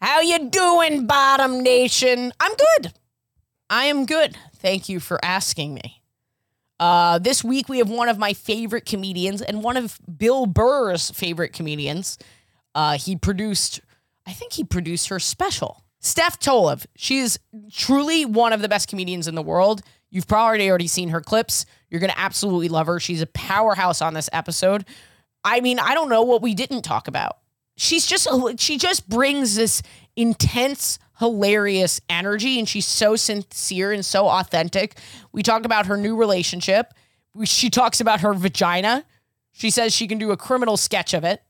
How you doing, Bottom Nation? I'm good. I am good. Thank you for asking me. Uh, this week we have one of my favorite comedians and one of Bill Burr's favorite comedians. Uh, he produced, I think he produced her special. Steph Tolev. She is truly one of the best comedians in the world. You've probably already seen her clips. You're going to absolutely love her. She's a powerhouse on this episode. I mean, I don't know what we didn't talk about. She's just she just brings this intense, hilarious energy and she's so sincere and so authentic. We talked about her new relationship. She talks about her vagina. She says she can do a criminal sketch of it.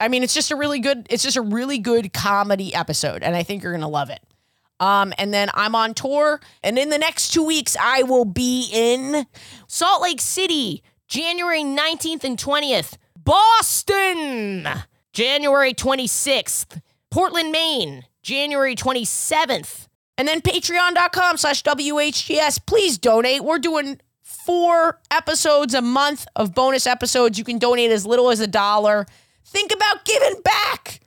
I mean, it's just a really good, it's just a really good comedy episode, and I think you're gonna love it. Um, and then I'm on tour, and in the next two weeks, I will be in Salt Lake City, January 19th and 20th. Boston, January 26th. Portland, Maine, January 27th. and then patreon.com slash WHGS. Please donate. We're doing four episodes a month of bonus episodes. You can donate as little as a dollar. Think about giving back.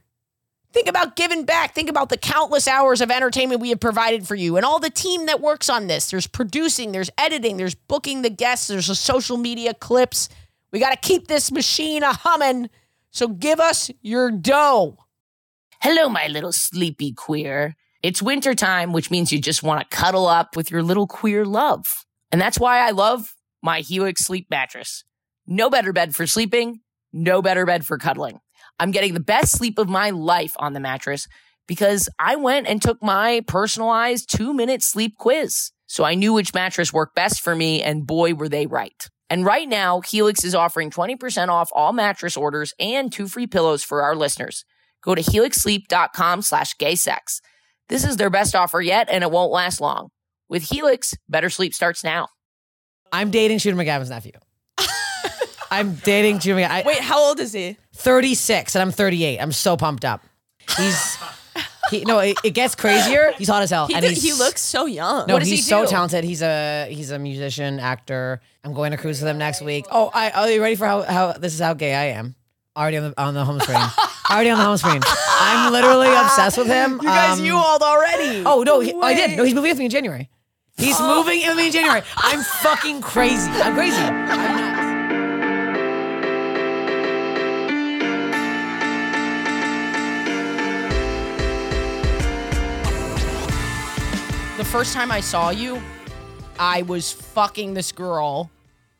Think about giving back. Think about the countless hours of entertainment we have provided for you and all the team that works on this. There's producing, there's editing, there's booking the guests, there's the social media clips. We got to keep this machine a humming. So give us your dough. Hello, my little sleepy queer. It's wintertime, which means you just want to cuddle up with your little queer love. And that's why I love my Helix sleep mattress. No better bed for sleeping, no better bed for cuddling. I'm getting the best sleep of my life on the mattress because I went and took my personalized two minute sleep quiz. So I knew which mattress worked best for me, and boy, were they right. And right now, Helix is offering 20% off all mattress orders and two free pillows for our listeners go to helixsleep.com slash gaysex. This is their best offer yet, and it won't last long. With Helix, better sleep starts now. I'm dating Shooter McGavin's nephew. I'm dating Shooter McGavin. I- Wait, how old is he? 36 and I'm 38. I'm so pumped up. He's he, no, it, it gets crazier. He's hot as hell. He, and did- he's, he looks so young. no, What is- he's he so do? talented. He's a he's a musician, actor. I'm going to cruise with him next week. Oh, I are you ready for how how this is how gay I am? Already on the on the home screen. Already on the home screen. I'm literally obsessed with him. You Guys, you old already. Oh no, he, I did. No, he's moving with me in January. He's Oh. moving with me in January. I'm fucking crazy. I'm crazy. I'm nuts. The first time I saw you, I was fucking this girl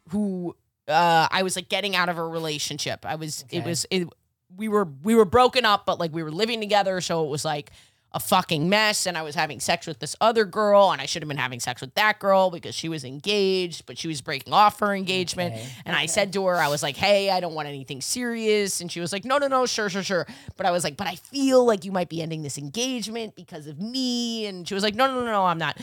who uh, I was like getting out of a relationship. I was it Okay. was it, we were we were broken up, but like we were living together, so it was like a fucking mess. And I was having sex with this other girl, and I should have been having sex with that girl because she was engaged, but she was breaking off her engagement. And I said to her, I was like, "Hey, I don't want anything serious," and she was like, "No, no, no, sure, sure, sure." But I was like, "But I feel like you might be ending this engagement because of me," and she was like, "No, no, no, no, I'm not."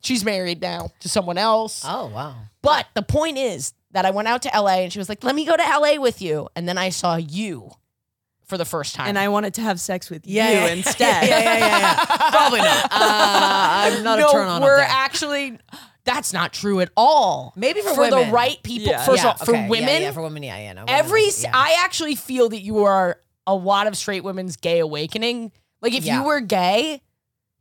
She's married now to someone else. Oh wow. But the point is that I went out to LA and she was like, let me go to LA with you. And then I saw you for the first time. and I wanted to have sex with Yeah, you yeah, yeah, instead. Yeah, yeah, yeah, yeah. Probably not. Uh, I'm not no, a turn on. We're of that. actually, that's not true at all. Maybe for the women. right people. Yeah. First Yeah, of all, for okay, yeah, women, Yeah, for women, yeah, yeah. No, women, every, yeah. I actually feel that you are a lot of straight women's gay awakening. Like if Yeah. you were gay,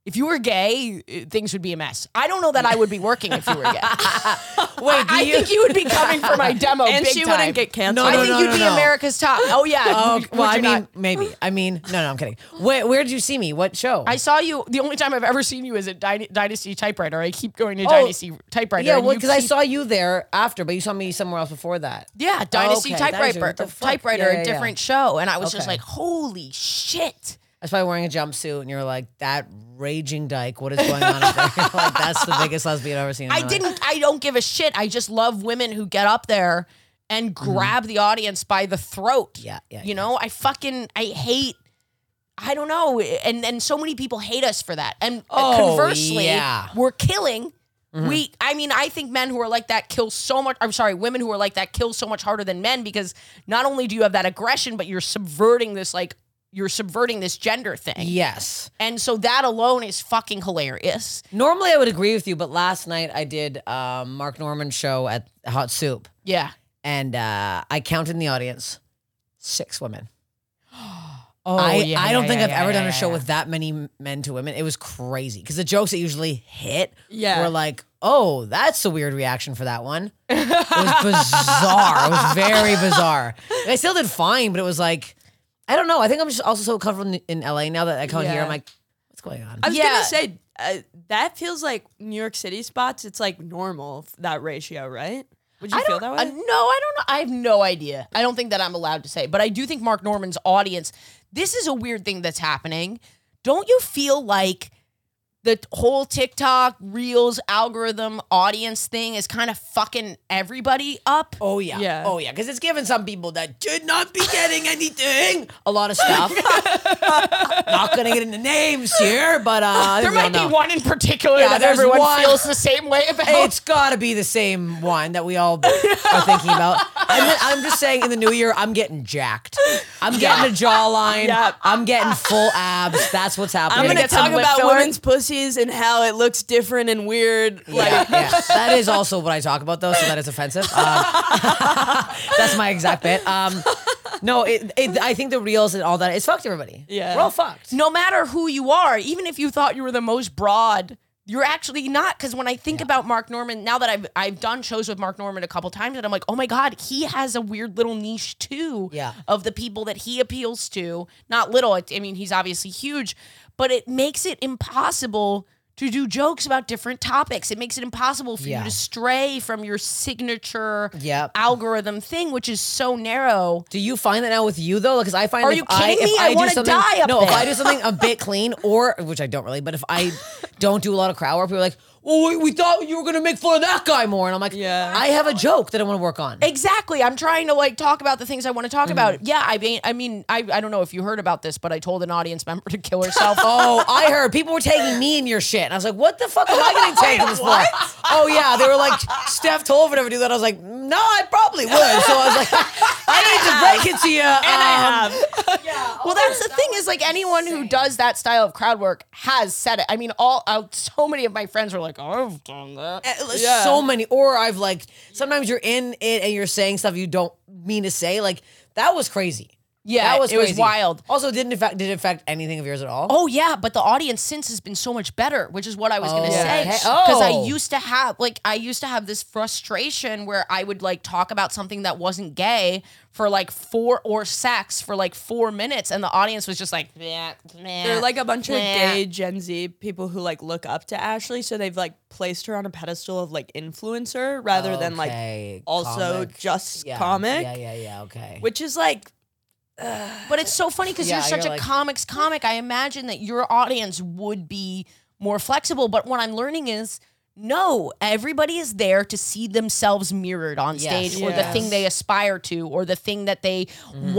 if you were gay, eh, things would be a mess. I don't know that I would be working if you were gay. Wait, I, do I you- think you would be coming for my demo. And big she time. wouldn't get canceled. No, I no, think no, you'd no, be no. America's top. Oh yeah. Oh, Would- well, would I you mean, not? maybe. I mean, no, no, I'm kidding. Where, where did you see me? What show? I saw you. The only time I've ever seen you is at Dyna- Dynasty Typewriter. I keep going to Oh, Dynasty Typewriter. yeah, and well, you because I keep- saw you there after, but you saw me somewhere else before that. Yeah, Dynasty okay, Dynasty, Typewriter, what the fuck? Typewriter, Yeah, yeah, a yeah. different show, and I was just Okay. like, "Holy shit!" I was probably wearing a jumpsuit, and you were like, "That raging dyke, what is going on?" up there? like, that's the biggest lesbian I've ever seen. In my I life. didn't. I don't give a shit. I just love women who get up there and grab the audience by the throat. Mm-hmm. Yeah, yeah, You know, I fucking I hate. I don't know, and and so many people hate us for that. And uh, Oh, conversely, yeah. Mm-hmm. we're killing. We, I mean, I think men who are like that kill so much. I'm sorry, women who are like that kill so much harder than men because not only do you have that aggression, but you're subverting this like you're subverting this gender thing. Yes. And so that alone is fucking hilarious. Normally, I would agree with you, but last night I did um, Mark Norman's show at Hot Soup. Yeah. and uh, I counted in the audience six women. Oh, I, I don't think I've ever done a show with that many men to women. It was crazy because the jokes that usually hit Yeah. were like, "Oh, that's a weird reaction for that one." It was bizarre. it was very bizarre. And I still did fine, but it was like, I don't know. I think I'm just also so comfortable in, in LA now that I come here. Yeah. I'm like, what's going on? I was Yeah. gonna say uh, that feels like New York City spots. It's like normal f- that ratio, right? Would you I feel don't. that way? uh, no, I don't know. I have no idea. I don't think that I'm allowed to say, but I do think Mark Norman's audience. This is a weird thing that's happening. Don't you feel like the whole TikTok Reels algorithm audience thing is kind of fucking everybody up? Oh yeah. Yeah. Oh yeah. Because it's given some people that should not be getting anything a lot of stuff. not gonna get into names here, but uh, there we all might know. be one in particular Yeah, that there's everyone one. feels the same way about. Oh. It's got to be the same one that we all are thinking about. And then I'm just saying, in the new year, I'm getting jacked. I'm getting a jawline. Yep. I'm getting full abs. That's what's happening. I'm gonna get some talk lip about filler? women's pussies and how it looks different and weird. Like, Yeah, yeah. that is also what I talk about, though, so that is offensive. Um, that's my exact bit. Um, no, it, it, I think the reels and all that, it's fucked everybody. Yeah. We're all fucked. no matter who you are, even if you thought you were the most broad, you're actually not. Because when I think about Mark Norman, now that I've I've done shows with Mark Norman a couple times, and I'm like, oh my god, he has a weird little niche too. Yeah. Of the people that he appeals to, not little. I I mean, he's obviously huge, but it makes it impossible. To do jokes about different topics. It makes it impossible for Yeah. you to stray from your signature Yep. algorithm thing, which is so narrow. Do you find that now with you though? Because I find Are if you I, kidding if me? I do wanna something- die up no, if there. I do something a bit clean, or which I don't really, but if I don't do a lot of crowd work, people are like, "Oh, we, we thought you were gonna make fun of that guy more," and I'm like, Yeah. I have a joke that I want to work on." Exactly. I'm trying to like talk about the things I want to talk Mm-hmm. about. Yeah, I mean, I mean, I, I don't know if you heard about this, but I told an audience member to kill herself. Oh, I heard people were taking me in your shit, and I was like, "What the fuck am I getting taken this for?" Oh yeah, they were like, "Steph Toll would never do that." I was like, "No, I probably would." So I was like, "I need to break it to you." um, And I have. Oh, well, that's the thing is like anyone who does that style of crowd work has said it. I mean, all uh, so many of my friends were like, I've done that. Like, Yeah. eh, so many or i've like sometimes you're in it and you're saying stuff you don't mean to say like that was crazy Yeah, that was it was crazy. wild. also didn't affect did it affect anything of yours at all Oh yeah, but the audience since has been so much better, which is what I was Oh, gonna say. okay. Because Oh. I used to have like I used to have this frustration where I would like talk about something that wasn't gay for like four or sex for like four minutes, and the audience was just like, yeah, They're like a bunch of gay Gen Z people who like look up to Ashley, so they've like placed her on a pedestal of like influencer rather than like Okay, also comic. just yeah. comic, yeah yeah yeah okay which is like But it's so funny because Yeah, you're such a you're like- comics comic. I imagine that your audience would be more flexible. But what I'm learning is no, everybody is there to see themselves mirrored on Yes. stage or the Yes. thing they aspire to or the thing that they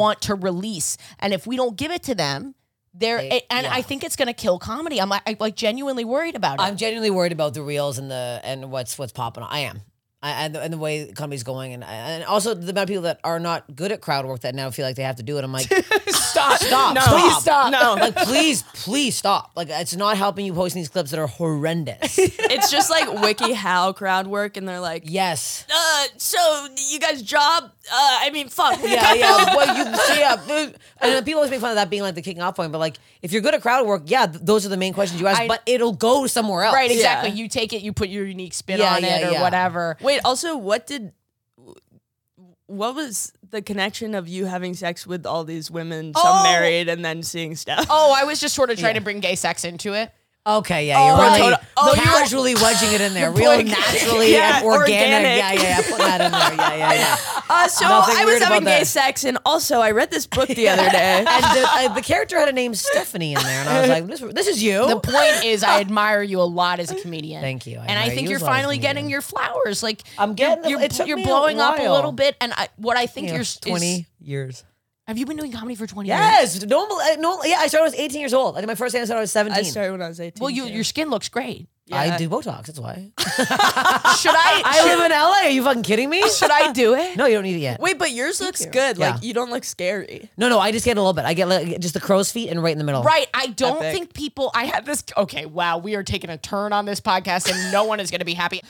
want to release. And if we don't give it to them, they're, They- and yeah. I think it's going to kill comedy. I'm like, I'm like genuinely worried about it. i'm genuinely worried about the reels and the and what's what's popping on. i am I, and, the, and the way the company's going, and and also the amount of people that are not good at crowd work that now feel like they have to do it. I'm like, stop, stop, No, stop. please stop. like please, please stop. Like it's not helping you posting these clips that are horrendous. it's just like wiki how crowd work, and they're like, Yes. uh, so you guys job? Uh, I mean, fuck, Yeah, yeah. Well, you see, yeah. dude. And then people always make fun of that being like the kicking off point, but like if you're good at crowd work, yeah, th- those are the main questions you ask, I- but it'll go somewhere else. Right, exactly. Yeah. You take it, you put your unique spin Yeah, on it yeah, or yeah. whatever. Wait, also, what did what was the connection of you having sex with all these women, some Oh. married, and then seeing stuff? Oh, I was just sort of trying to bring gay sex into it. Okay, yeah, you're Oh, really total- oh, casually wedging it in there, real putting- naturally Yeah, and organic. organic. Yeah, yeah, yeah. Put that in there. Yeah, yeah, yeah. Uh, so Nothing I was weird about having gay that. sex, and also I read this book the other day. And the, uh, the character had a name, Stephanie, in there, and I was like, "This, this is you." The point is, I admire you a lot as a comedian. Oh. Thank you. I and I admire think you you're as well as a finally getting comedian. your flowers. Like I'm getting. you're, it took you're me a blowing up a while. little bit. And I, what I think Yeah, you're is- twenty years. have you been doing comedy for twenty years? Yes, don't. bel- uh, No, yeah, I started when I was 18 years old. I did my first stand. I was 17. I started when I was eighteen. Well, you, too. your skin looks great. I Yeah. do Botox. That's why. Should I? I live in LA. Are you fucking kidding me? should I do it? No, you don't need it yet. wait, but yours looks good. Yeah. Like you don't look scary. No, no, I just get a little bit. I get like, just the crow's feet and right in the middle. Right. I don't Epic. think people. I had this. Okay. Wow. We are taking a turn on this podcast, and no one is going to be happy.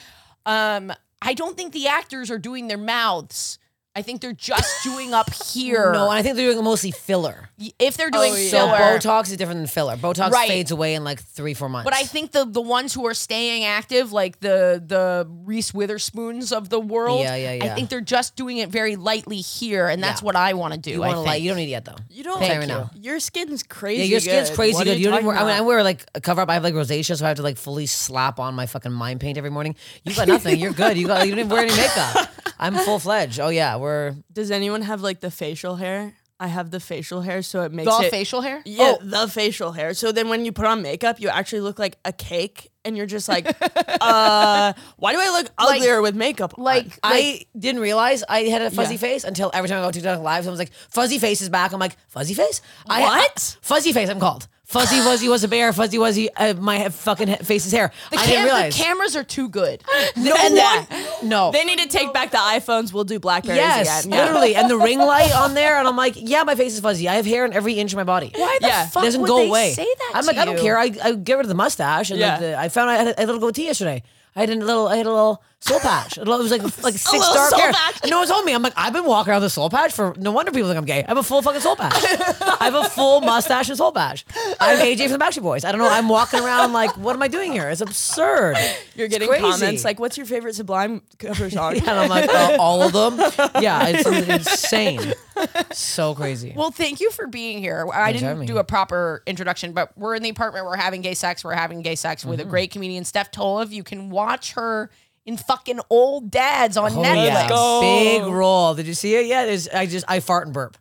Um, I don't think the actors are doing their mouths. I think they're just doing up here. No, and I think they're doing mostly filler. if they're doing Oh, yeah. So filler, Botox is different than filler. Botox Right. fades away in like three, four months. But I think the the ones who are staying active, like the the Reese Witherspoons of the world, Yeah, yeah, I yeah. think they're just doing it very lightly here, and that's Yeah. what I want to do. you I want to think. lie. You don't need it yet though. You don't. Thank Fair you. enough. Your skin's crazy. Yeah, your skin's good. crazy What are good. you You don't even wear, talking I mean, I about? wear like a cover up. I have like rosacea, so I have to like fully slap on my fucking mind paint every morning. You got nothing. You're good. You got. You don't even wear any makeup. I'm full fledged. Oh yeah, we're Does anyone have like the facial hair? I have the facial hair, so it makes the it. facial hair. yeah, Oh. the facial hair. So then when you put on makeup, you actually look like a cake, and you're just like, uh, why do I look uglier with makeup? on? Like I didn't realize I had a fuzzy Yeah. face until every time I go to TikTok live, someone's like, "Fuzzy face is back." I'm like, "Fuzzy face? I, What? fuzzy face? I'm called. Fuzzy Wuzzy was a bear. Fuzzy Wuzzy, uh, my he- fucking he- face is hair. the, I cam- didn't the realize. cameras are too good. no And one, no. they need to take back the iPhones. We'll do Blackberries yes, again. Yeah. literally, and the ring light on there, and I'm like, "Yeah, my face is fuzzy. I have hair in every inch of my body. Why the Yeah. fuck doesn't would go they away. say that? I'm to like, I don't you? care. I, I get rid of the mustache. And Yeah. the, the, I found I had a, a little goatee yesterday. I had a little, I had a little soul patch. It was like like six little dark soul hair. patch. And no one told me. I'm like, I've been walking around with a soul patch for. No wonder people think I'm gay. I have a full fucking soul patch. I have a full mustache and soul patch. I'm AJ from the Backstreet Boys. I don't know. I'm walking around like, what am I doing here? It's absurd. You're It's getting crazy. comments like, "What's your favorite Sublime cover song?" and I'm like, uh, all of them. Yeah, it's insane. So crazy. Well, thank you for being here. I for having didn't me. do a proper introduction, but we're in the apartment. We're having gay sex. We're having gay sex with Mm-hmm. a great comedian, Steph Tolev. You can watch her in fucking Old Dads on Oh, Netflix. yeah. go. Big roll. Did you see it yet? It's- I just I fart and burp.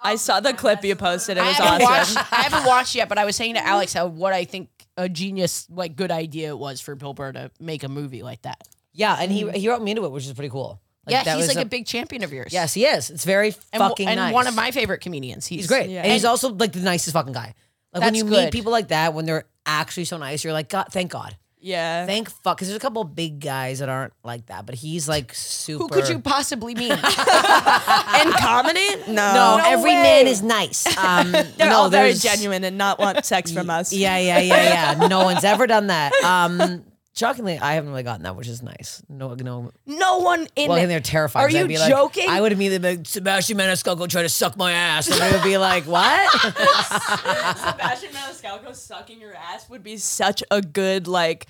I saw the clip you posted. It I was haven't awesome. watched. I haven't watched yet, but I was saying to Alex how what I think a genius, like, good idea it was for Bill Burr to make a movie like that. Yeah, and he he wrote me into it, which is pretty cool. Mm. yeah, that he's was like a, big champion of yours. yes, he is. It's very and, w- fucking and nice. one of my favorite comedians. He's, he's great, Yeah. and he's also like the nicest fucking guy. Like when That's you good. meet people like that, when they're actually so nice, you're like, God, thank God, Yeah. thank fuck. Because there's a couple big guys that aren't like that, but he's like super. Who could you possibly mean? In comedy? No. No, No every way. man is nice. Um, They're no, all very there's- genuine and not want sex from us. Yeah, yeah, yeah, yeah. No one's ever done that. Um, shockingly, I haven't really gotten that, which is nice. No, no no one in. Well, it. I think they're terrified. Are 'cause I'd you be like- joking? I would immediately be like, Sebastian Maniscalco tried to suck my ass. And they would be like, what? Sebastian Maniscalco sucking your ass would be such a good like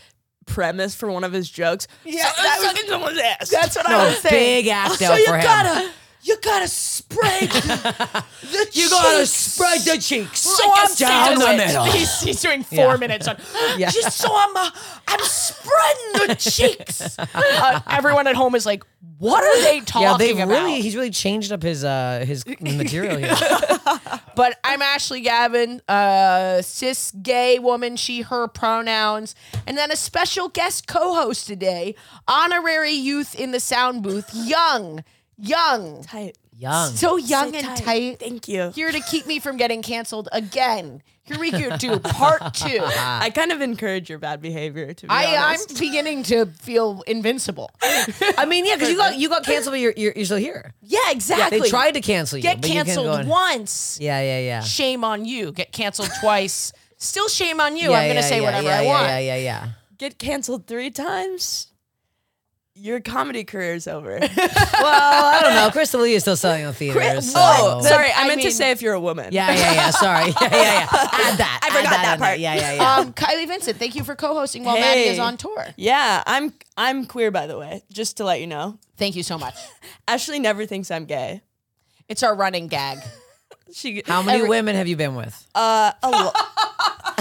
premise for one of his jokes. Yeah, So- that was- sucking someone's ass. That's what I a was saying. big act out so you for him. gotta, you gotta spread the you gotta cheeks. spread the cheeks. So Like I'm down the doing- middle. He's, he's doing four Yeah. minutes on. Yeah. Just so I'm, uh, I'm spreading the cheeks. Uh, everyone at home is like, "What are they talking Yeah, they've about?" really he's really changed up his uh his material here. But I'm Ashley Gavin, uh, cis gay woman, she, her pronouns, and then a special guest co host today, honorary youth in the sound booth, young, young, tight. Young. so young and tight. Thank you. Here to keep me from getting canceled again. Here do part two. I kind of encourage your bad behavior to be I, honest. I'm beginning to feel invincible. I mean, yeah, because you got you got canceled, but you're, you're you're still here. Yeah, exactly. They tried to cancel you. get but you can't go canceled on- once. Yeah, yeah, yeah. Shame on you. Get canceled twice. Still shame on you. Yeah, I'm gonna yeah, say yeah, whatever yeah, I yeah, want. Yeah, yeah, yeah. Get canceled three times. Your comedy career's over. well, I don't know. Crystal Lee is still selling on theaters. Chris- so- Oh, sorry, But, I, I meant mean- to say if you're a woman. Yeah, yeah, yeah. Sorry. Yeah, yeah, yeah. Add that. I forgot that part. Yeah, yeah, yeah. Um, Kylie Vincent, thank you for co-hosting while Maddie Hey. is on tour. Yeah, I'm I'm queer by the way, just to let you know. Thank you so much. Ashley never thinks I'm gay. It's our running gag. She How many every- women have you been with? Uh, a lo-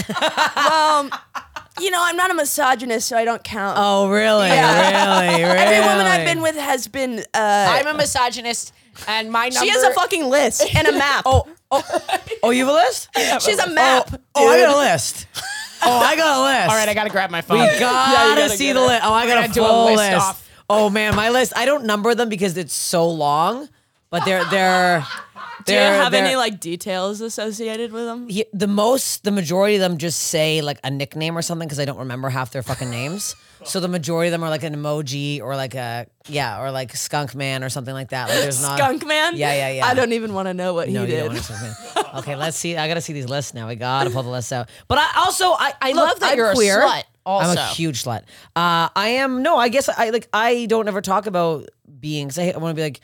well, you know, I'm not a misogynist, so I don't count. Oh, really? Really? Really? Every woman I've been with has been. Uh, I'm a misogynist, and my number. she has a fucking list and a map. oh, Oh, you have a list? she's a map. Oh, I dude. got a list. Oh, I got a list. All right, I gotta grab my phone. We gotta, gotta see get the it. list. Oh, I got gotta a do a full list list. off. Oh man, my list. I don't number them because it's so long, but they're they're. they're, they're- like details associated with them? he- the most the majority of them just say like a nickname or something because I don't remember half their fucking names. So the majority of them are like an emoji or like a yeah or like skunk man or something like that. Like there's not Skunk man. Uh, Yeah, yeah, yeah. I don't even want to know what No, he you don't did. want to skunk man. Okay, let's see. I gotta see these lists now. We gotta pull the lists out. But I also I, I look, love that I'm you're a queer. slut also. I'm a huge slut. Uh, I am no. I guess I like I don't ever talk about being. 'cause I, I want to be like.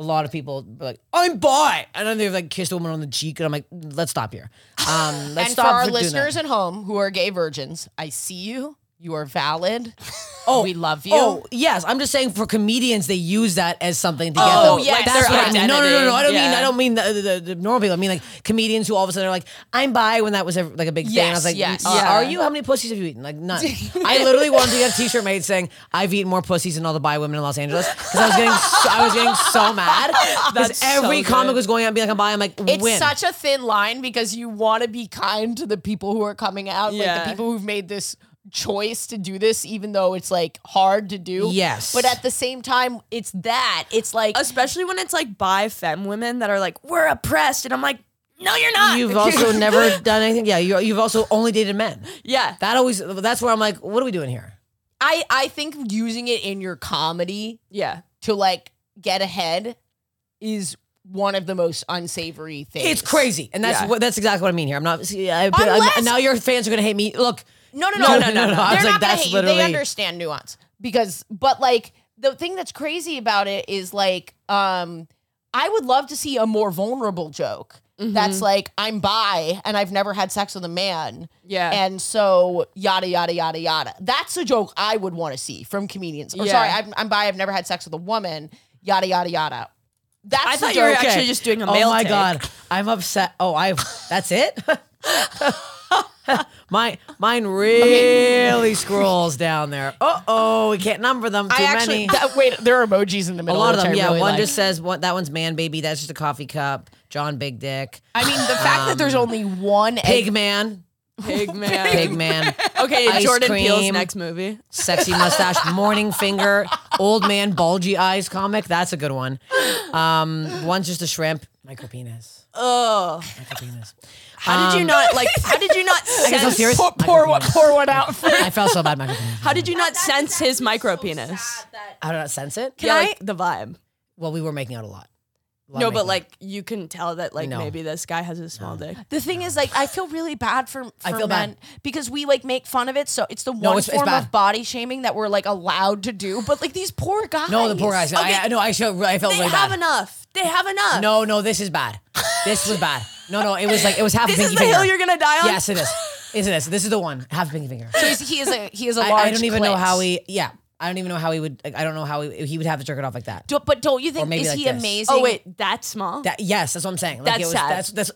a lot of people be like, I'm bi. And then they've like kissed a woman on the cheek. And I'm like, let's stop here. Um, and let's for stop our doing that. listeners at home who are gay virgins, I see you. You are valid. we love you. Oh yes, I'm just saying for comedians they use that as something to get Oh, them. yes, like, that's their what I mean. No, no, no, no. I don't mean identity, I don't mean the, the, the normal people. I mean like comedians who all of a sudden are like, I'm bi when that was ever, like a big thing. And I Yes, was like, yes. uh, Yeah. are you? How many pussies have you eaten? Like none. I literally wanted to get a T-shirt made saying I've eaten more pussies than all the bi women in Los Angeles because I was getting so, I was getting so mad because That's so every comic good. was going out and being like I'm bi. I'm like, It's win. such a thin line because you want to be kind to the people who are coming out, like Yeah. the people who've made this choice to do this, even though it's like hard to do. Yes. But at the same time, it's that. It's like Especially when it's like by femme women that are like, we're oppressed. And I'm like, no, you're not. You've also never done anything. Yeah, you, you've also only dated men. yeah. That always. That's where I'm like, what are we doing here? I, I think using it in your comedy Yeah. to like get ahead is one of the most unsavory things. It's crazy, and that's Yeah. what that's exactly what I mean here. I'm not. See, I, but I'm- Unless- and now your fans are gonna hate me. Look, No, no, no, no, no, no. no. I They're not was like, gonna that's hate you. literally- They understand nuance because, but like the thing that's crazy about it is like, um, I would love to see a more vulnerable joke. Mm-hmm. That's like I'm bi and I've never had sex with a man, Yeah. and so yada yada yada yada. That's a joke I would want to see from comedians. Or Yeah. sorry, I'm, I'm bi. I've never had sex with a woman. Yada yada yada. That's I a thought you were joke- actually just doing a oh male my take. god, I'm upset. Oh, I. That's it. my mine really scrolls down there. Uh oh, we can't number them. Too I actually many. that- wait. There are emojis in the a middle. lot of them. which I Yeah, really one like. just says one, that one's man baby. That's just a coffee cup. John Big Dick. I mean, the fact that there's only one egg Pig man. Pig man. Pig man. Okay, Ice Jordan Peele's cream. next movie. sexy mustache, morning finger, old man, bulgy eyes comic. That's a good one. Um, one's just a shrimp, micro penis. Oh. Micro penis. How Um, did you not like how did you not I guess I'm sense serious. pour one, pour one out for I felt so bad, micro penis. how did you not sense his micro penis? I don't sense it. yeah, like the vibe. Well, we were making out a lot. A lot No, of but making like you can tell that like No. maybe this guy has a small dick. Oh, The thing is, like, I feel really bad for, for I feel bad. men because we like make fun of it. So it's the one it's- it's form bad. of body shaming that we're like allowed to do. But like these poor guys. No, the poor guys. I, I, no, I, felt- I felt They really have bad. enough. They have enough. No, no, this is bad. This was bad. No, no, it was like it was half This a is pinky the finger. hill you're gonna die on. Yes, it is. It is. This is the one. Half a pinky finger. So Oh, he's, he is a he is a I, large. I don't even know clit. how he. Yeah, I don't even know how he would. Like, I don't know how he, he would have to jerk it off like that. Do- but don't you think maybe is like he this. amazing? Oh wait, that's small. That yes, that's what I'm saying. Like, That's it was, sad. That's that's.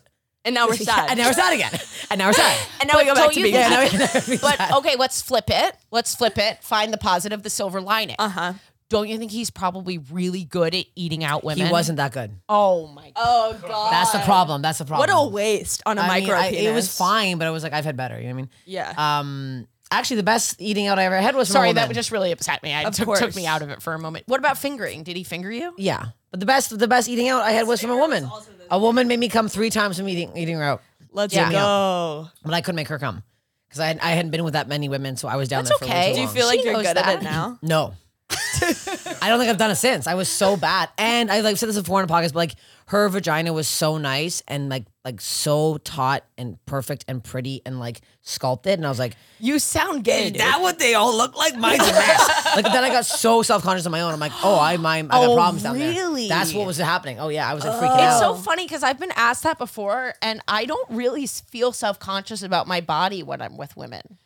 and now we're Yeah, sad. and now we're sad again. And now we're sad. And oh, now we go don't back to you being think- sad. But okay, let's flip it. Let's flip it. Find the positive, the silver lining. Uh Uh-huh. Don't you think he's probably really good at eating out women? he wasn't that good. Oh my god. Oh god. That's the problem. That's the problem. What a waste on a I mean, micro I- penis. It was fine, but it was like I've had better. You know what I mean? Yeah. Um. Actually, the best eating out I ever had was from a Sorry, woman. that just really upset me. I took, took course. me out of it for a moment. What about fingering? Did he finger you? yeah. But the best, the best eating out I had was from a woman. A woman made me come three times from eating eating her out, Let's Yeah. go. but I couldn't make her come because I had, I hadn't been with that many women, so I was down That's there for way okay. too Do you long. feel like She you're knows good that. at it now? No. I don't think I've done it since. I was so bad. And I like said this before in a podcast, but like her vagina was so nice and like like so taut and perfect and pretty and like sculpted. And I was like, You sound gay. dude. what they all look like? Mine's a mess. like then I got so self conscious on my own. I'm like, oh, I my I got Oh, problems down really? there. That's what was happening. Oh yeah, I was like freaking It's out. so funny because I've been asked that before, and I don't really s- feel self conscious about my body when I'm with women.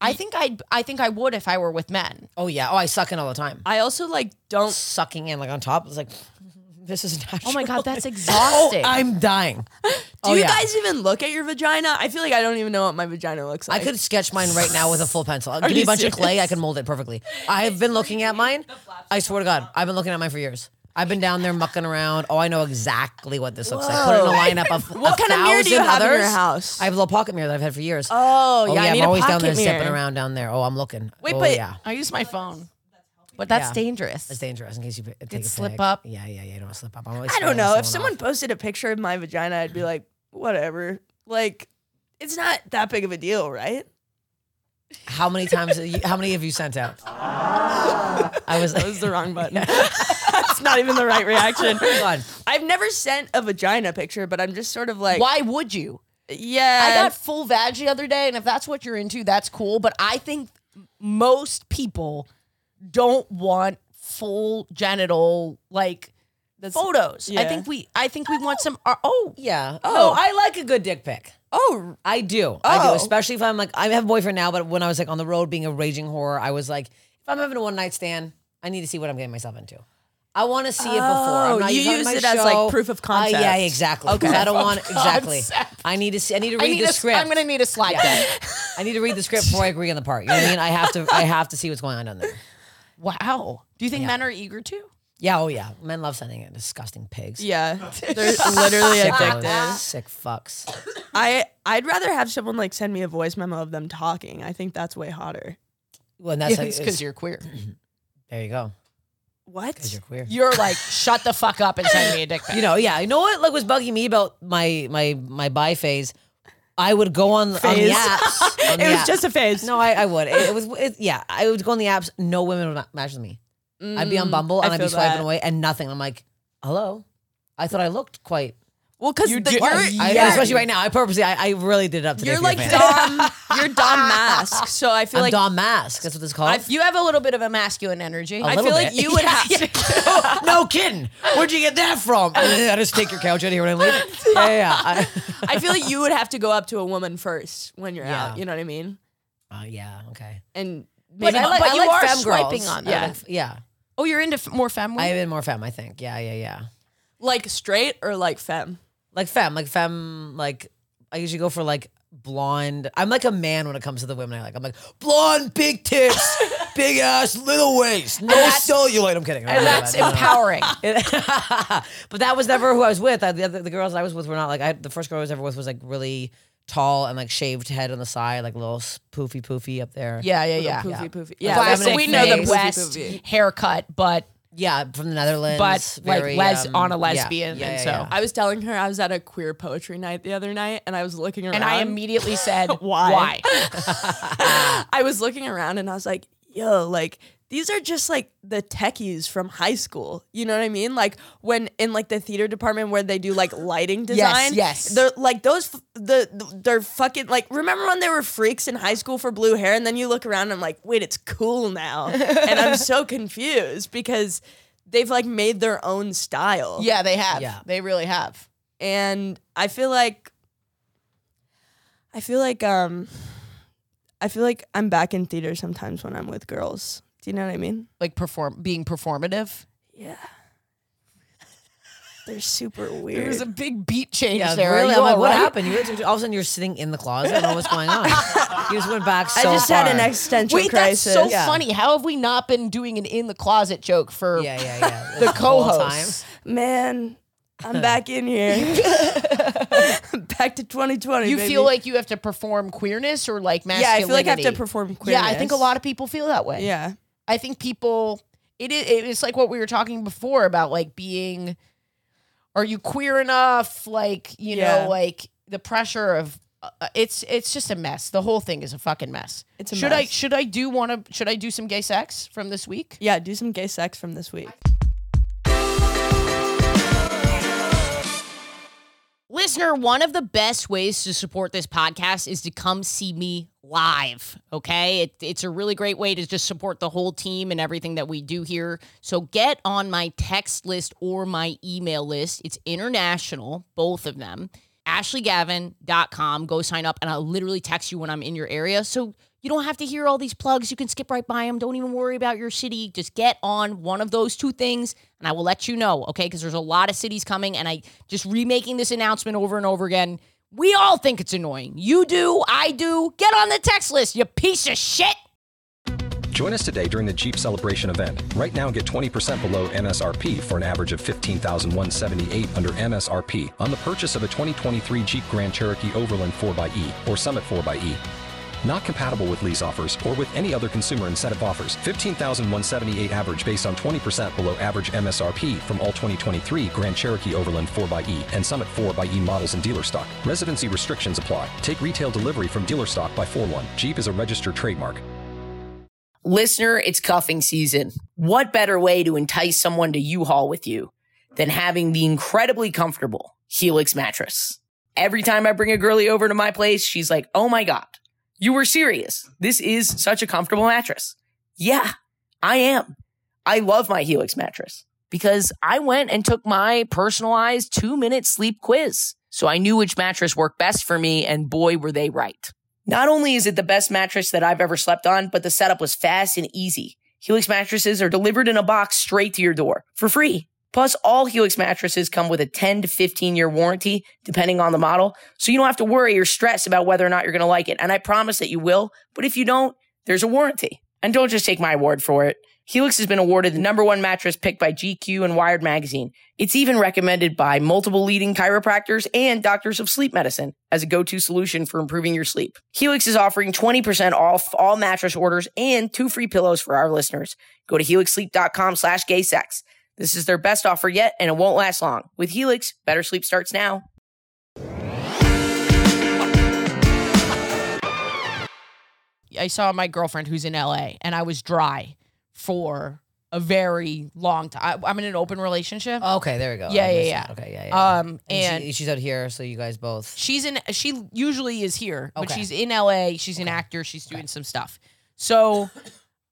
I think I I think I would if I were with men. oh yeah. Oh, I suck in all the time. I also like don't Sucking in like on top. It's like this is Oh natural. my god, that's Oh, exhausting. I'm dying. Oh, Do Do you guys even look at your vagina? I feel like I don't even know what my vagina looks I like. could sketch mine right now with a full pencil. Give me you a bunch serious? of clay, I can mold it perfectly. I've been looking at mine. I swear to God, I've been looking at mine for years. I've been down there mucking around. Oh, I know exactly what this looks like. Put it in a lineup of What a kind of mirror do you thousand have in your others. house? I have a little pocket mirror that I've had for years. Oh, yeah, I need I'm a always down pocket there stepping mirror. around down there. Oh, I'm looking. Wait, oh, but- yeah, I use my phone, but that's Yeah. dangerous. it's dangerous in case you p- take a slip pic. up. Yeah, yeah, yeah. You don't wanna slip up. I'm always I don't scared when know. If someone someone off- posted a picture of my vagina, I'd be like, whatever. Like, it's not that big of a deal, right? how many times? have you- How many have you sent out? I was. That was the wrong button. That's not even the right reaction. God. I've never sent a vagina picture, but I'm just sort of like, Why would you? yeah. I got full vag the other day, and if that's what you're into, that's cool. But I think most people don't want full genital like That's- photos. I yeah. think we I think we want some ar- oh Yeah. Oh, I like a good dick pic. Oh, I do. I do. Oh. Especially if I'm like, I have a boyfriend now, but when I was like on the road being a raging whore, I was like, if I'm having a one night stand, I need to see what I'm getting myself into. I want to see it before. I'm Oh, not you even on use my it as, like, show. proof of Uh, yeah, concept. exactly. 'Cause I don't want exactly. I need to see. I need to read I need the a, script. I'm gonna need a slide deck. I need to read the script before I agree on the part. You know what I mean? I have to. I have to see what's going on down there. Wow. Do you think men are eager too? Yeah. Oh yeah. Men love sending it. Disgusting pigs. yeah. They're literally Sickos. addicted. Sick fucks. I I'd rather have someone like send me a voice memo of them talking. I think that's way hotter. Well, and that's Yeah, it's like, because you're queer. There you go. Because What? you're queer. You're like, shut the fuck up and send me a dick pic. you know, yeah. You know what like was bugging me about my my my bi phase? I would go on, on the Phase. apps. on It the was app- just a phase. no, I, I would. It, it was it, yeah. I would go on the apps. No women would ma- match with me. I'd be on Mm, Bumble I and I'd be feel swiping that. away and nothing. I'm like, hello. I thought I looked quite. Well, because You you do- are you- I, Yeah. Especially right now, I purposely, I, I really did it up today. you're for your like fans. Dom. You're Dom Mask. So I feel I'm like Dom Mask. That's what it's called. I- you have a little bit of a masculine energy. A I little feel like bit. you would Yeah, have yeah. Oh, no kidding. Where'd you get that from? I just take your couch out here and leave it. Yeah, yeah. I, I feel like you would have to go up to a woman first when you're Yeah. out. You know what I mean? Oh, yeah. Okay. And maybe But, I like- I but you are femme girls. swiping on Yeah. them. yeah. Oh, you're into f- more femme I women? have been more femme, I think. Yeah, yeah, yeah. like straight or like femme. Like femme, like femme, like I usually go for like blonde. I'm like a man when it comes to the women I like. I'm like blonde, big tits, big ass, little waist, no cellulite. I'm kidding. and that's empowering. but that was never who I was with. I, the, other- the girls I was with were not like I. The first girl I was ever with was like really tall and like shaved head on the side, like little s- poofy, poofy up there. yeah, yeah, yeah. Poofy, poofy. Yeah, Yeah. Classic. Dominic we know the Mace. West Poofy, haircut, but yeah, from the Netherlands. um, But, like, les- on a yeah, lesbian, and so- I was telling her I was at a queer poetry night the other night, and I was looking around. and I immediately said, Why? Why? I was looking around and I was like, yo, like these are just like the techies from high school. You know what I mean? Like when in like the theater department where they do like lighting design. yes. They're like those f- the the- they're fucking like remember when they were freaks in high school for blue hair and then you look around and I'm like, wait, it's cool now. and I'm so confused because they've like made their own style. Yeah, they have. Yeah. They really have. And I feel like I feel like um I feel like I'm back in theater sometimes when I'm with girls. Do you know what I mean? Like perform being performative. Yeah. They're super There weird. was a big beat change Yeah, there. Are really. you I'm like, all what right? happened? You were, all of a sudden you're sitting in the closet. I don't know what's going on. you just went back so I just far. had an existential Wait, that's crisis. so funny. How have we not been doing an in the closet joke for Yeah, yeah, yeah. the This whole co-host? Man, I'm back in here. back to 2020. You baby. feel like you have to perform queerness or like yeah, I masculinity? feel like I have to perform queerness. Yeah, I think a lot of people feel that way. Yeah, I think people it is it's like what we were talking before about like being are you queer enough like you Yeah. know like the pressure of uh, it's it's just a mess. The whole thing is a fucking mess. It's a should I mess. should I do want to should I do some gay sex from this week? yeah. Do some gay sex from this week. Listener, one of the best ways to support this podcast is to come see me live. Okay. It, it's a really great way to just support the whole team and everything that we do here. So get on my text list or my email list. It's international, both of them. AshleyGavin.com. Go sign up, and I'll literally text you when I'm in your area. So you don't have to hear all these plugs. You can skip right by them. Don't even worry about your city. Just get on one of those two things, and I will let you know, okay? Because there's a lot of cities coming, and I just remaking this announcement over and over again. We all think it's annoying. You do, I do. Get on the text list, you piece of shit. Join us today during the Jeep Celebration event. Right now, get 20% below MSRP for an average of 15178 under MSRP on the purchase of a 2023 Jeep Grand Cherokee Overland 4xE or Summit 4xE. Not compatible with lease offers or with any other consumer incentive offers. 15,178 average based on 20% below average MSRP from all 2023 Grand Cherokee Overland 4xE and Summit 4xE models in dealer stock. Residency restrictions apply. Take retail delivery from dealer stock by 4 1. Jeep is a registered trademark. Listener, it's cuffing season. What better way to entice someone to U-Haul with you than having the incredibly comfortable Helix mattress? Every time I bring a girlie over to my place, she's like, Oh my God, you were serious. This is such a comfortable mattress. Yeah, I am. I love my Helix mattress because I went and took my personalized two minute sleep quiz. So I knew which mattress worked best for me, and boy, were they right. Not only is it the best mattress that I've ever slept on, but the setup was fast and easy. Helix mattresses are delivered in a box straight to your door for free. Plus, all Helix mattresses come with a 10 to 15 year warranty, depending on the model. So you don't have to worry or stress about whether or not you're going to like it. And I promise that you will. But if you don't, there's a warranty. And don't just take my word for it. Helix has been awarded the number one mattress picked by GQ and Wired Magazine. It's even recommended by multiple leading chiropractors and doctors of sleep medicine as a go to solution for improving your sleep. Helix is offering 20% off all mattress orders and two free pillows for our listeners. Go to helixsleep.com slash gay sex. This is their best offer yet, and it won't last long. With Helix, better sleep starts now. I saw my girlfriend who's in LA and I was dry for a very long time. I'm in an open relationship. Okay, there we go. Yeah, I yeah, understand. yeah. Okay, yeah, Oh, yeah. um and and she, she's out here, so you guys both. she's in she usually is here, but Okay. she's in LA, she's an actor, she's doing some stuff. So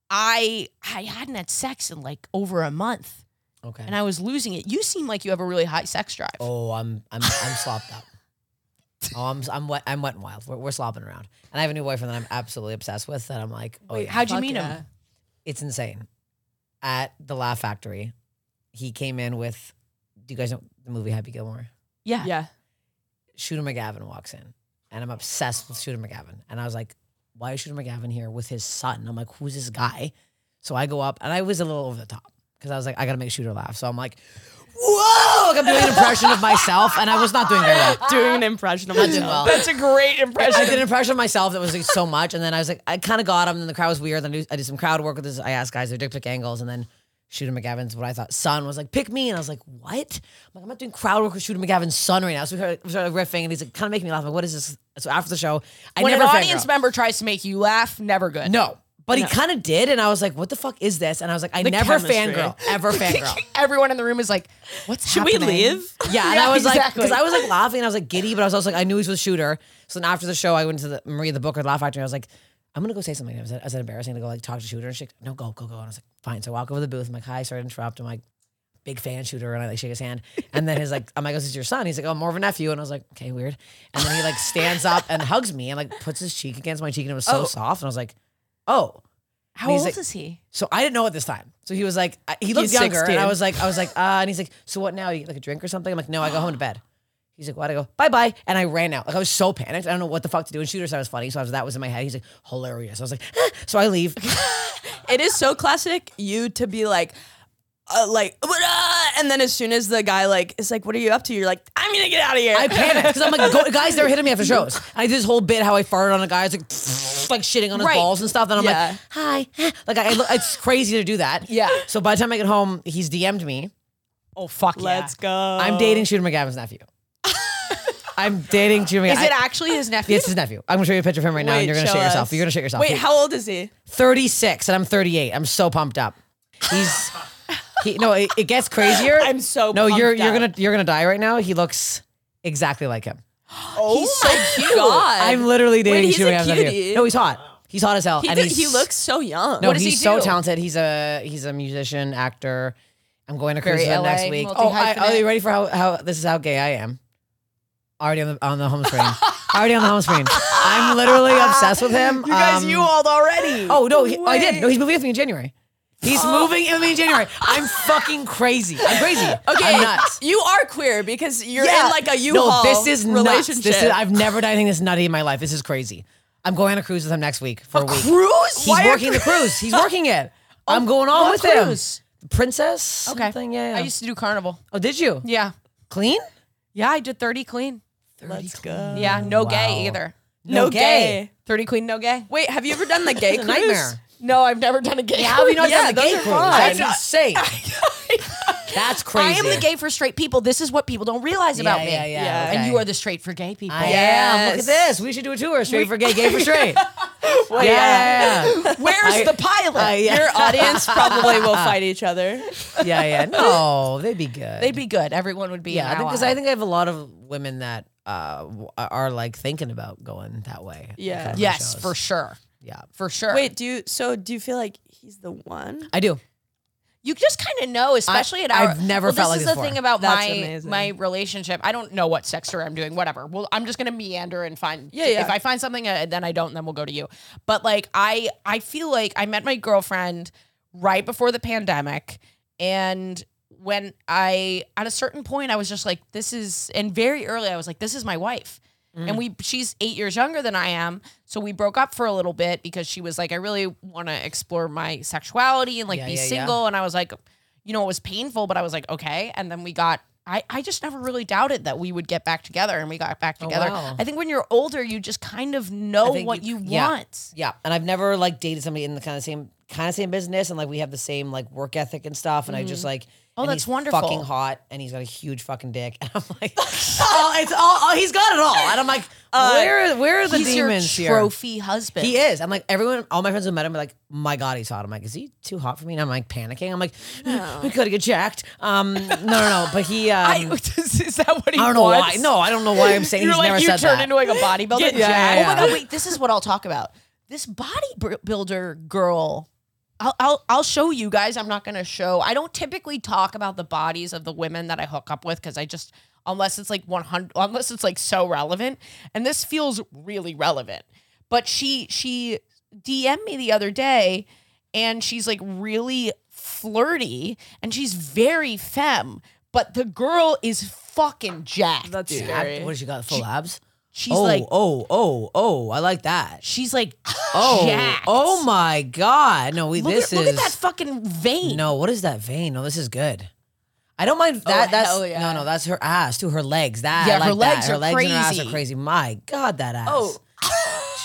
I I hadn't had sex in like over a month Okay. and I was losing it. You seem like you have a really high sex drive. oh, I'm I'm I'm slopped up. Oh, I'm I'm wet. I'm wet and wild. We're, we're slopping around, and I have a new boyfriend that I'm absolutely obsessed with. That I'm like, oh, Wait, yeah. how'd you Fuck meet yeah. him? it's insane. At the Laugh Factory, he came in with. Do you guys know the movie Happy Gilmore? Yeah. Yeah. Shooter McGavin walks in, and I'm obsessed with Shooter McGavin. And I was like, why is Shooter McGavin here with his son? I'm like, who's this guy? So I go up, and I was a little over the top because I was like, I gotta make Shooter laugh. So I'm like, whoa! Like I'm doing an impression of myself, and I was not doing very well. Doing an impression of Not doing myself. well. That's a great impression. I did an impression of myself that was like so much, and then I was like, I kind of got him, and the crowd was weird. Then I did, I did some crowd work with this. I asked guys their dick pic angles, and then Shooter McGavin's what I thought son was like, pick me, and I was like, what? I'm like, I'm not doing crowd work with Shooter McGavin's son right now. So we started, we started riffing, and he's like, kind of making me laugh. I'm like, what is this? So after the show, I when an never fangirl. audience member tries to make you laugh, never good. No, but he kind of did, and I was like, what the fuck is this? And I was like, I never chemistry. fangirl, ever fangirl. Everyone in the room is like, "What's Should we happening?" leave? Yeah, and I was like, exactly. because I was like laughing, and I was like giddy, but I was also like, I knew he was with Shooter. So then after the show, I went to the Maria the Booker Laugh Factory. and I was like, I'm gonna go say something. Is that, is that embarrassing to go like talk to Shooter? And she's like, No, go, go, go. And I was like, Fine. So I walk over to the booth. I'm like, Hi, sorry to interrupt. I'm like, Big fan Shooter, and I like shake his hand. And then he's like, I'm like, This is your son. He's like, Oh, I'm more of a nephew. And I was like, Okay, weird. And then he like stands up and hugs me and like puts his cheek against my cheek, and it was so soft. And I was like, Oh. How And old he's like- is he? So I didn't know it this time. So he was like, I- he looked He's younger, and 16. I was like, I was like, uh, and he's like, so what now? You get, like a drink or something? I'm like, no, I go home to bed. He's like, what? I go, bye bye, and I ran out. Like I was so panicked. I don't know what the fuck to do. And shooter said it was funny, so I was, that was in my head. He's like, hilarious. I was like, "Ah." so I leave. It is so classic you to be like, uh, like, "What up?" and then as soon as the guy like is like, "What are you up to?" You're like, "I'm gonna get out of here." I panicked because I'm like, go, guys, they're hitting me after shows. And I did this whole bit how I farted on a guy. I was like, like shitting on his Right. balls and stuff. And I'm Yeah. like, hi, eh. like I, I look, it's crazy to do that. Yeah. So by the time I get home, he's DM'd me. Oh fuck Let's go. I'm dating Shooter McGavin's nephew. I'm dating Shooter. McGavin. Is it actually his nephew? It's his nephew. I'm gonna show you a picture of him right now, and Wait, you're gonna show shit yourself. us. You're gonna shit yourself. Wait, He- how old is he? 36, and I'm 38. I'm so pumped up. He's he, no, it, it gets crazier. I'm so no. You're pumped you're up. gonna you're gonna die right now. He looks exactly like him. Oh he's so cute. God. I'm literally dating. he's Shooter a McGavin's nephew. cutie. No, he's hot. He's hot as hell. he, and did- he's, he looks so young. No, What does he's he so do? talented. He's a he's a musician, actor. I'm going to cruise Very with him LA, next week. Oh, I, multi-hyphenate. are you ready for how, how this is how gay I am? Already on the on the home screen. Already on the home screen. I'm literally obsessed with him. You guys, you old already. Oh no, he, I did. No, he's moving with me in January. He's moving in with me in January. I'm fucking crazy. I'm crazy. Okay, I'm nuts. You are queer because you're in like a no, U-Haul this is nuts. relationship. This is, I've never done anything this nutty in my life. This is crazy. I'm going on a cruise with him next week for a, week. Cruise? He's working the cruise. He's working it. I'm going on what with cruise? him. Princess. Okay. Something? Yeah. yeah. I used to do carnival. oh, did you Yeah. clean? Yeah, I did 30 clean. Let's go. Yeah, no wow. gay either. No, gay. 30 clean, no gay? Wait, have you ever done the gay It's a cruise? nightmare. No, I've never done a gay How have you not Yeah, done the those gay are cruise? fun. That's insane. That's I crazy. am the gay for straight people. This is what people don't realize about yeah, me. yeah, yeah. And okay. you are the straight for gay people. I am. Look at this. We should do a tour. Straight for gay, gay for straight. yeah, yeah, yeah. Where's the pilot? Your audience probably will fight each other. yeah, yeah. No, they'd be good. They'd be good. Everyone would be. yeah, an because ally. I think I have a lot of women that uh, w- are like thinking about going that way. Yeah. Like, yes, shows. for sure, Yeah, for sure. Wait, do you, so do you feel like he's the one? I do. You just kind of know, especially at our. I've never well, felt this like is this the thing before. about That's my amazing. my relationship. I don't know what sex story I'm doing. Whatever. Well, I'm just gonna meander and find. Yeah, yeah. If I find something, uh, then I don't. Then we'll go to you. But like, I I feel like I met my girlfriend right before the pandemic, and when I at a certain point I was just like, this is. And very early I was like, this is my wife. Mm. And we, she's eight years younger than I am, so we broke up for a little bit because she was like, "I really want to explore my sexuality and like Yeah, be yeah, yeah. single." And I was like, you know, it was painful, but I was like, okay. And then we got, I, I just never really doubted that we would get back together and we got back together. Oh, wow. I think when you're older, you just kind of know think what you- you, yeah. want. Yeah, and I've never like dated somebody in the kind of same kind of same business, and like we have the same like work ethic and stuff. And I just like, Oh, and that's he's wonderful. Fucking hot, and he's got a huge fucking dick. And I'm like, oh, it's all, oh, he's got it all. And I'm like, Uh, where where are the He's demons your here? trophy husband. He is. I'm like everyone. All my friends who met him are like, "My God, he's hot." I'm like, "Is he too hot for me?" And I'm like panicking. I'm like, "We gotta get jacked." Um, no, no, no. But he, um, I, I, is that what he don't know why. No, I don't know why I'm saying You're he's like never you said turn that. into like a bodybuilder. Yeah, yeah, Jack. yeah, Oh my yeah. god! Wait, this is what I'll talk about. This bodybuilder girl. I'll, I'll I'll show you guys. I'm not gonna show. I don't typically talk about the bodies of the women that I hook up with because I just unless it's like 100 unless it's like so relevant. And this feels really relevant. But she she DM'd me the other day, and she's like really flirty and she's very femme. But the girl is fucking jacked. That's dude. Ab- scary. What has she got? Full abs. She's oh, like oh, oh, oh! I like that. She's like, Oh, jacked. oh my God! No, we. look, this at, look is at that fucking vein. Oh, no. What is that vein? No, this is good. I don't mind that. that's hell yeah. no, no. That's her ass too. Her legs. That Yeah, I like her legs that. Her are legs and her ass crazy. are crazy. My God, that ass. Oh.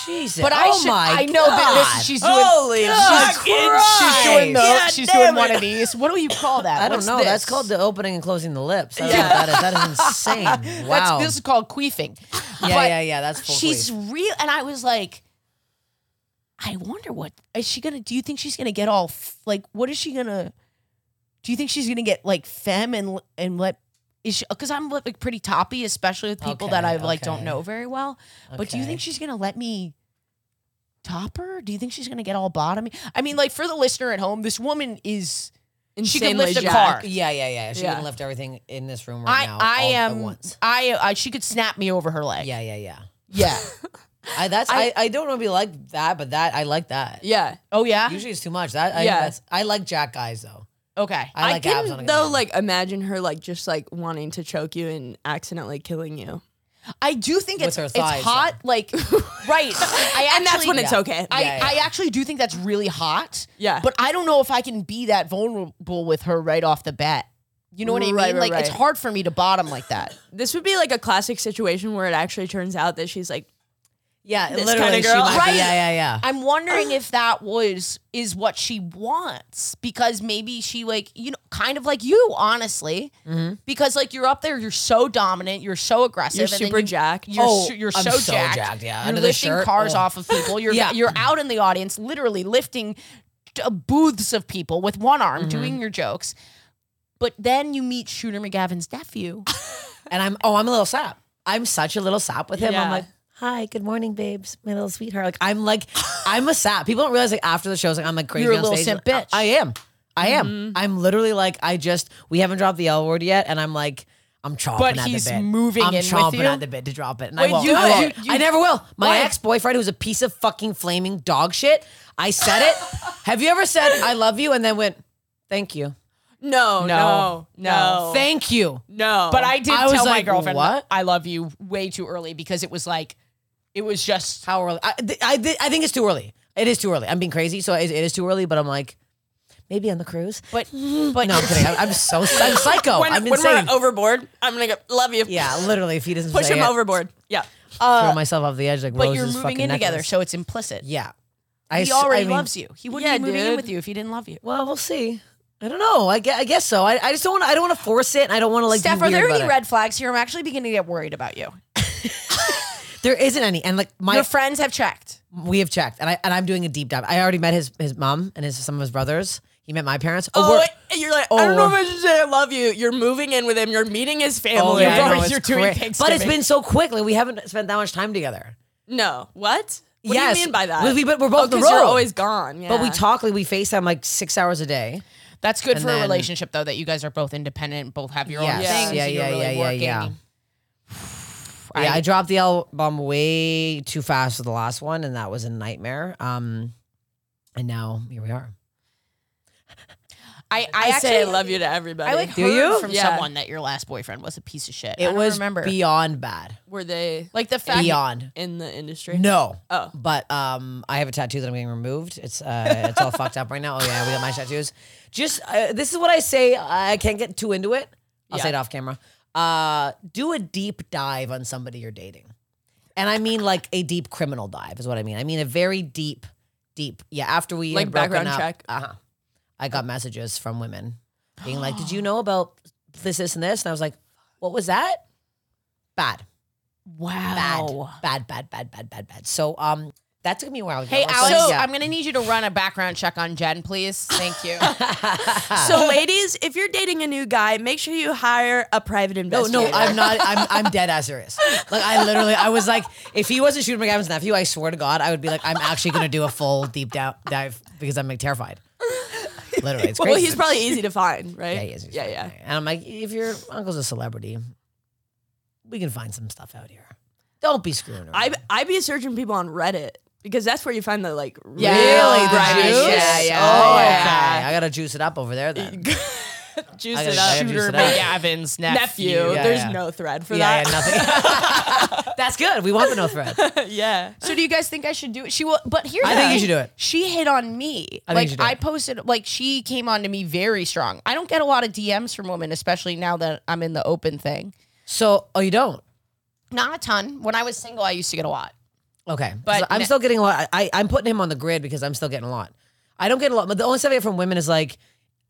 Jesus. but I oh should. my I know that God. this, she's doing. Holy she's, fucking she's doing those. Christ. God she's damn doing one it. of these. What do you call that? I don't What's know. That's this? called the opening and closing the lips. I don't know what that is. That is insane. That's, Wow. This is called queefing. yeah, but yeah, yeah. That's full she's queef. real, and I was like, I wonder what is she gonna? Do you think she's gonna get all f- like? What is she gonna? Do you think she's gonna get like femme and and let? Is she because I'm like pretty toppy, especially with people that I Okay, like don't okay. know very well. But do you Okay. think she's gonna let me top her? Do you think she's gonna get all bottomy? I mean, like for the listener at home, this woman is she can Insanely lift a jacked. car. Yeah, yeah, yeah. She Yeah. can lift everything in this room right I now. I all am At once. I, I she could snap me over her leg. Yeah, yeah, yeah. yeah. I that's I, I, don't normally like that, but that I like that. Yeah. Oh yeah. Usually it's too much. That I, Yeah. that's, I like Jack guys though. Okay. I, I, like abs on a can good though man. like imagine her like just like wanting to choke you and accidentally killing you. I do think With it's her it's thighs, hot, like right. I actually, And that's when it's Yeah. okay. I, Yeah, yeah. I actually do think that's really hot. Yeah. But I don't know if I can be that vulnerable with her right off the bat. You know what I mean? Right, right, like it's right. hard for me to bottom like that. This would be like a classic situation where it actually turns out that she's like yeah, this literally kinda she girl. might be- Right. yeah, yeah, yeah. I'm wondering if that was is what she wants because maybe she like you know kind of like you honestly Mm-hmm. because like you're up there you're so dominant you're so aggressive you're and then super you- jacked. You're, Oh, so, you're I'm so, so jacked. jacked, yeah. You're Under the lifting shirt, cars ugh. off of people. You're Yeah. you're out in the audience, literally lifting t- uh, booths of people with one arm, Mm-hmm. doing your jokes. But then you meet Shooter McGavin's nephew. And I'm oh, I'm a little sap. I'm such a little sap with him. I'm Yeah. like, hi, good morning, babes, my little sweetheart. Like I'm like, I'm a sap. People don't realize like after the shows, like I'm like crazy. You're a on little stage. simp Like, bitch. Mm-hmm. I, I am. I am. I'm literally like, I just we haven't dropped the L word yet, and I'm like. I'm chomping But at he's the bit. moving I'm in with chomping you? at the bit to drop it, and I Wait, won't. you- I, won't. you- you- I never will. My Why? ex-boyfriend, who's a piece of fucking flaming dog shit, I said it. Have you ever said "I love you" and then went, "Thank you, No, no, Oh. no, no. thank you"? But I did I was tell like, my girlfriend what? I love you way too early because it was like it was just How early? I, th- I, th- I think it's too early. It is too early. I'm being crazy, so it, it is too early. But I'm like, maybe on the cruise. but but No, I'm kidding. I'm, I'm so I'm psycho. when, I'm when we're insane. overboard, I'm gonna go love you. yeah, literally. If he doesn't Push say him it, overboard. Yeah. throw myself off the edge like but Rose's you're moving fucking in together, necklace. so it's implicit. yeah, He s- already mean, loves you. He wouldn't Yeah, be moving in dude. with you if he didn't love you. Well, we'll see. I don't know. I guess, I guess so. I, I just don't want. I don't want to force it. And I don't want to like. Steph, be are weird there any about it. red flags here? I'm actually beginning to get worried about you. There isn't any. And like my Your friends have checked. We have checked, and I and I'm doing a deep dive. I already met his his mom and his some of his brothers. He met my parents. Oh, Oh, we're- wait, you're like I don't know oh, if I should say I love you. You're moving in with him. You're meeting his oh family. yeah, I know, you're it's doing cra- But it's Thanksgiving. been so quick. Like we haven't spent that much time together. No. What? What Yes. do you mean by that? We- we- but we're both oh, on the 'cause You're road. always gone. Yeah. But we talk like we FaceTime like six hours a day. That's good And for a then- relationship though that you guys are both independent, both have your own Yes. Oh, things. Yeah, and yeah, you're yeah, really yeah, yeah. working. yeah, I dropped the album way too fast with the last one, and that was a nightmare. Um, and now here we are. I, I, I, actually say I love you to everybody. I like Do heard you? from Yeah. someone that your last boyfriend was a piece of shit. I It don't was remember. beyond bad. Were they like the fact Beyond. in the industry? No. Oh. But um, I have a tattoo that I'm getting removed. It's uh, it's all fucked up right now. Oh yeah, we got my tattoos. Just uh, this is what I say. I can't get too into it. I'll say it off camera. Uh, do a deep dive on somebody you're dating, and I mean like a deep criminal dive is what I mean. I mean a very deep, deep. Yeah, after we Like had broken background up, check? Uh huh. I got messages from women being like, "Did you know about this, this, and this?" And I was like, "What was that?" Bad bad, wow. bad, bad, bad, bad, bad, bad. So um, that took me a while. To Hey, get over. Alex, So, I'm going to need you to run a background check on Jen, please. Thank you. Uh. So, ladies, if you're dating a new guy, make sure you hire a private no, investigator. no, I'm not. I'm I'm dead ass serious. Like I literally, I was like, if he wasn't shooting McGavin's nephew, I swear to God, I would be like, I'm actually gonna do a full deep down dive because I'm like terrified. Literally, it's crazy. Well, he's probably easy to find, right? yeah, he is, he's yeah, fine. yeah. And I'm like, if your uncle's a celebrity, we can find some stuff out here. Don't be screwing around. I I be searching people on Reddit because that's where you find the like Yeah, really the private juice? shit. Yeah, yeah. Oh, okay. yeah. I gotta juice it up over there then. Juice I it up. gotta- I gotta juice Shooter it up. McGavin's nephew. nephew. Yeah, There's yeah. no thread for Yeah, that. yeah, nothing. That's good. We want the no thread. Yeah, yeah. So do you guys think I should do it? She will, but here's I the think you thing. should do it. She hit on me. I think you like should do I it. posted, like she came on to me very strong. I don't get a lot of DMs from women, especially now that I'm in the open thing. So, oh, you don't? Not a ton. When I was single, I used to get a lot. Okay, But but I'm n- still getting a lot. I, I'm putting him on the grid because I'm still getting a lot. I don't get a lot, but the only stuff I get from women is like,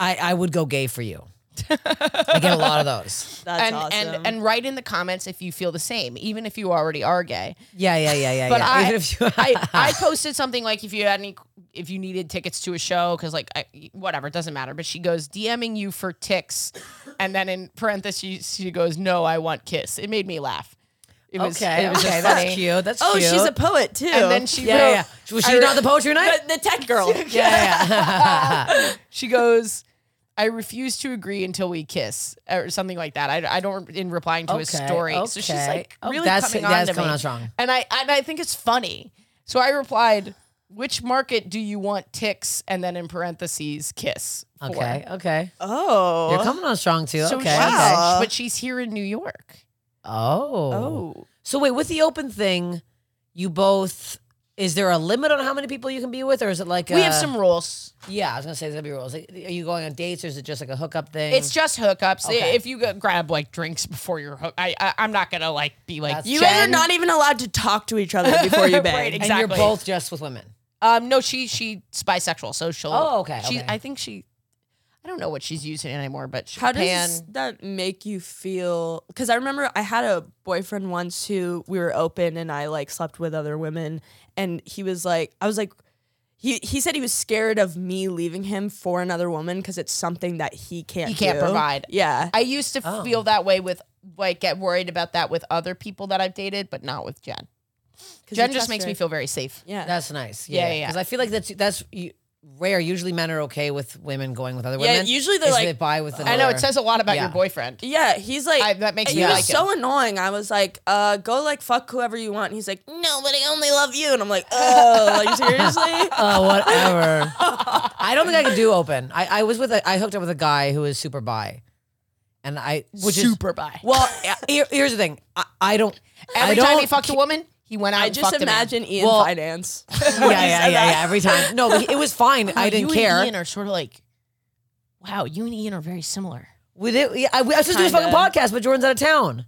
I, I would go gay for you. I get a lot of those. That's and awesome. and and write in the comments if you feel the same, even if you already are gay. Yeah, yeah, yeah, yeah. But yeah. I- Even if you, I, I posted something like if you had any if you needed tickets to a show because like I, whatever it doesn't matter but she goes dming you for ticks and then in parentheses she goes no i want kiss it made me laugh it was, it was okay, just that's funny. cute. That's oh, cute. she's a poet too. and then she yeah, wrote, yeah. yeah. Was she not the poetry night? the, the tech girl. Yeah, yeah. she goes i refuse to agree until we kiss or something like that i, I don't in replying to his Okay, story so she's like okay. really That's- coming that's on to coming me. on strong. and i and i think it's funny so i replied which market do you want ticks and then in parentheses kiss for?" okay, okay. oh. You're coming on strong too. So okay. she's- okay. Wow. but she's here in New York. Oh. oh. So wait, with the open thing, you both. Is there a limit on how many people you can be with, or is it like We have a- some rules. Yeah, I was gonna say there's gonna be rules. Like, are you going on dates, or is it just like a hookup thing? It's just hookups. I- Okay. If you go grab like drinks before your hook, I, I I'm not gonna like be like That's you. You guys are Jen. not even allowed to talk to each other before you Right, bang. exactly. and you're both just with women. Um, no, she she's bisexual, so she'll. Oh, okay, She, okay. I think she. I don't know what she's using anymore, but she, How does pan, that make you feel? Because I remember I had a boyfriend once who we were open and I like slept with other women, and he was like, I was like, he he said he was scared of me leaving him for another woman because it's something that he can't He can't do. provide. Yeah, I used to feel that way with like get worried about that with other people that I've dated, but not with Jen. 'Cause Jen you just trust makes her. me feel very safe. yeah. That's nice. Yeah, Yeah, yeah, yeah. Because I feel like that's that's u- rare. Usually, men are okay with women going with other Yeah, women. usually they're is like- they buy with another. I know it says a lot about your Yeah. boyfriend. yeah, he's like I- that makes and me he like was so annoying. I was like, uh, go like fuck whoever you want. And he's like, no, but I only love you. And I'm like, oh, like seriously? Oh, whatever. I don't think I could do open. I, I was with a, I hooked up with a guy who was super bi, and I which Super is bi. well. here- here's the thing. I, I don't. Every I don't, time he fucked a woman, he went out. I and just fucked a man. imagine Ian Well- finance. Yeah, yeah, yeah, yeah. Every time. No, but it was fine. I didn't you care. And Ian are sort of like, wow, you and Ian are very similar. We did. Yeah, I, I was just doing a fucking podcast, but Jordan's out of town.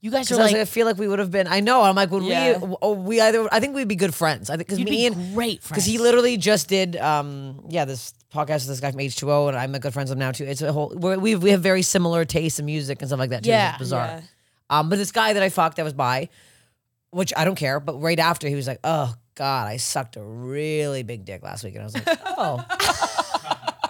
You guys are Because I, was like, like, I feel like we would have been. I know. I'm like, would Yeah. we? Oh, we either. I think we'd be good friends. I think because you'd me be and great friends. because he literally just did. Um, yeah, this podcast with this guy from H2O, and I'm a good friends with him now too. It's a whole. We're, we we have very similar tastes in music and stuff like that. Too. Yeah, it's bizarre. Um, but this guy that I fucked that was bi, which I don't care. But right after he was like, "Oh God, I sucked a really big dick last week," and I was like, "Oh."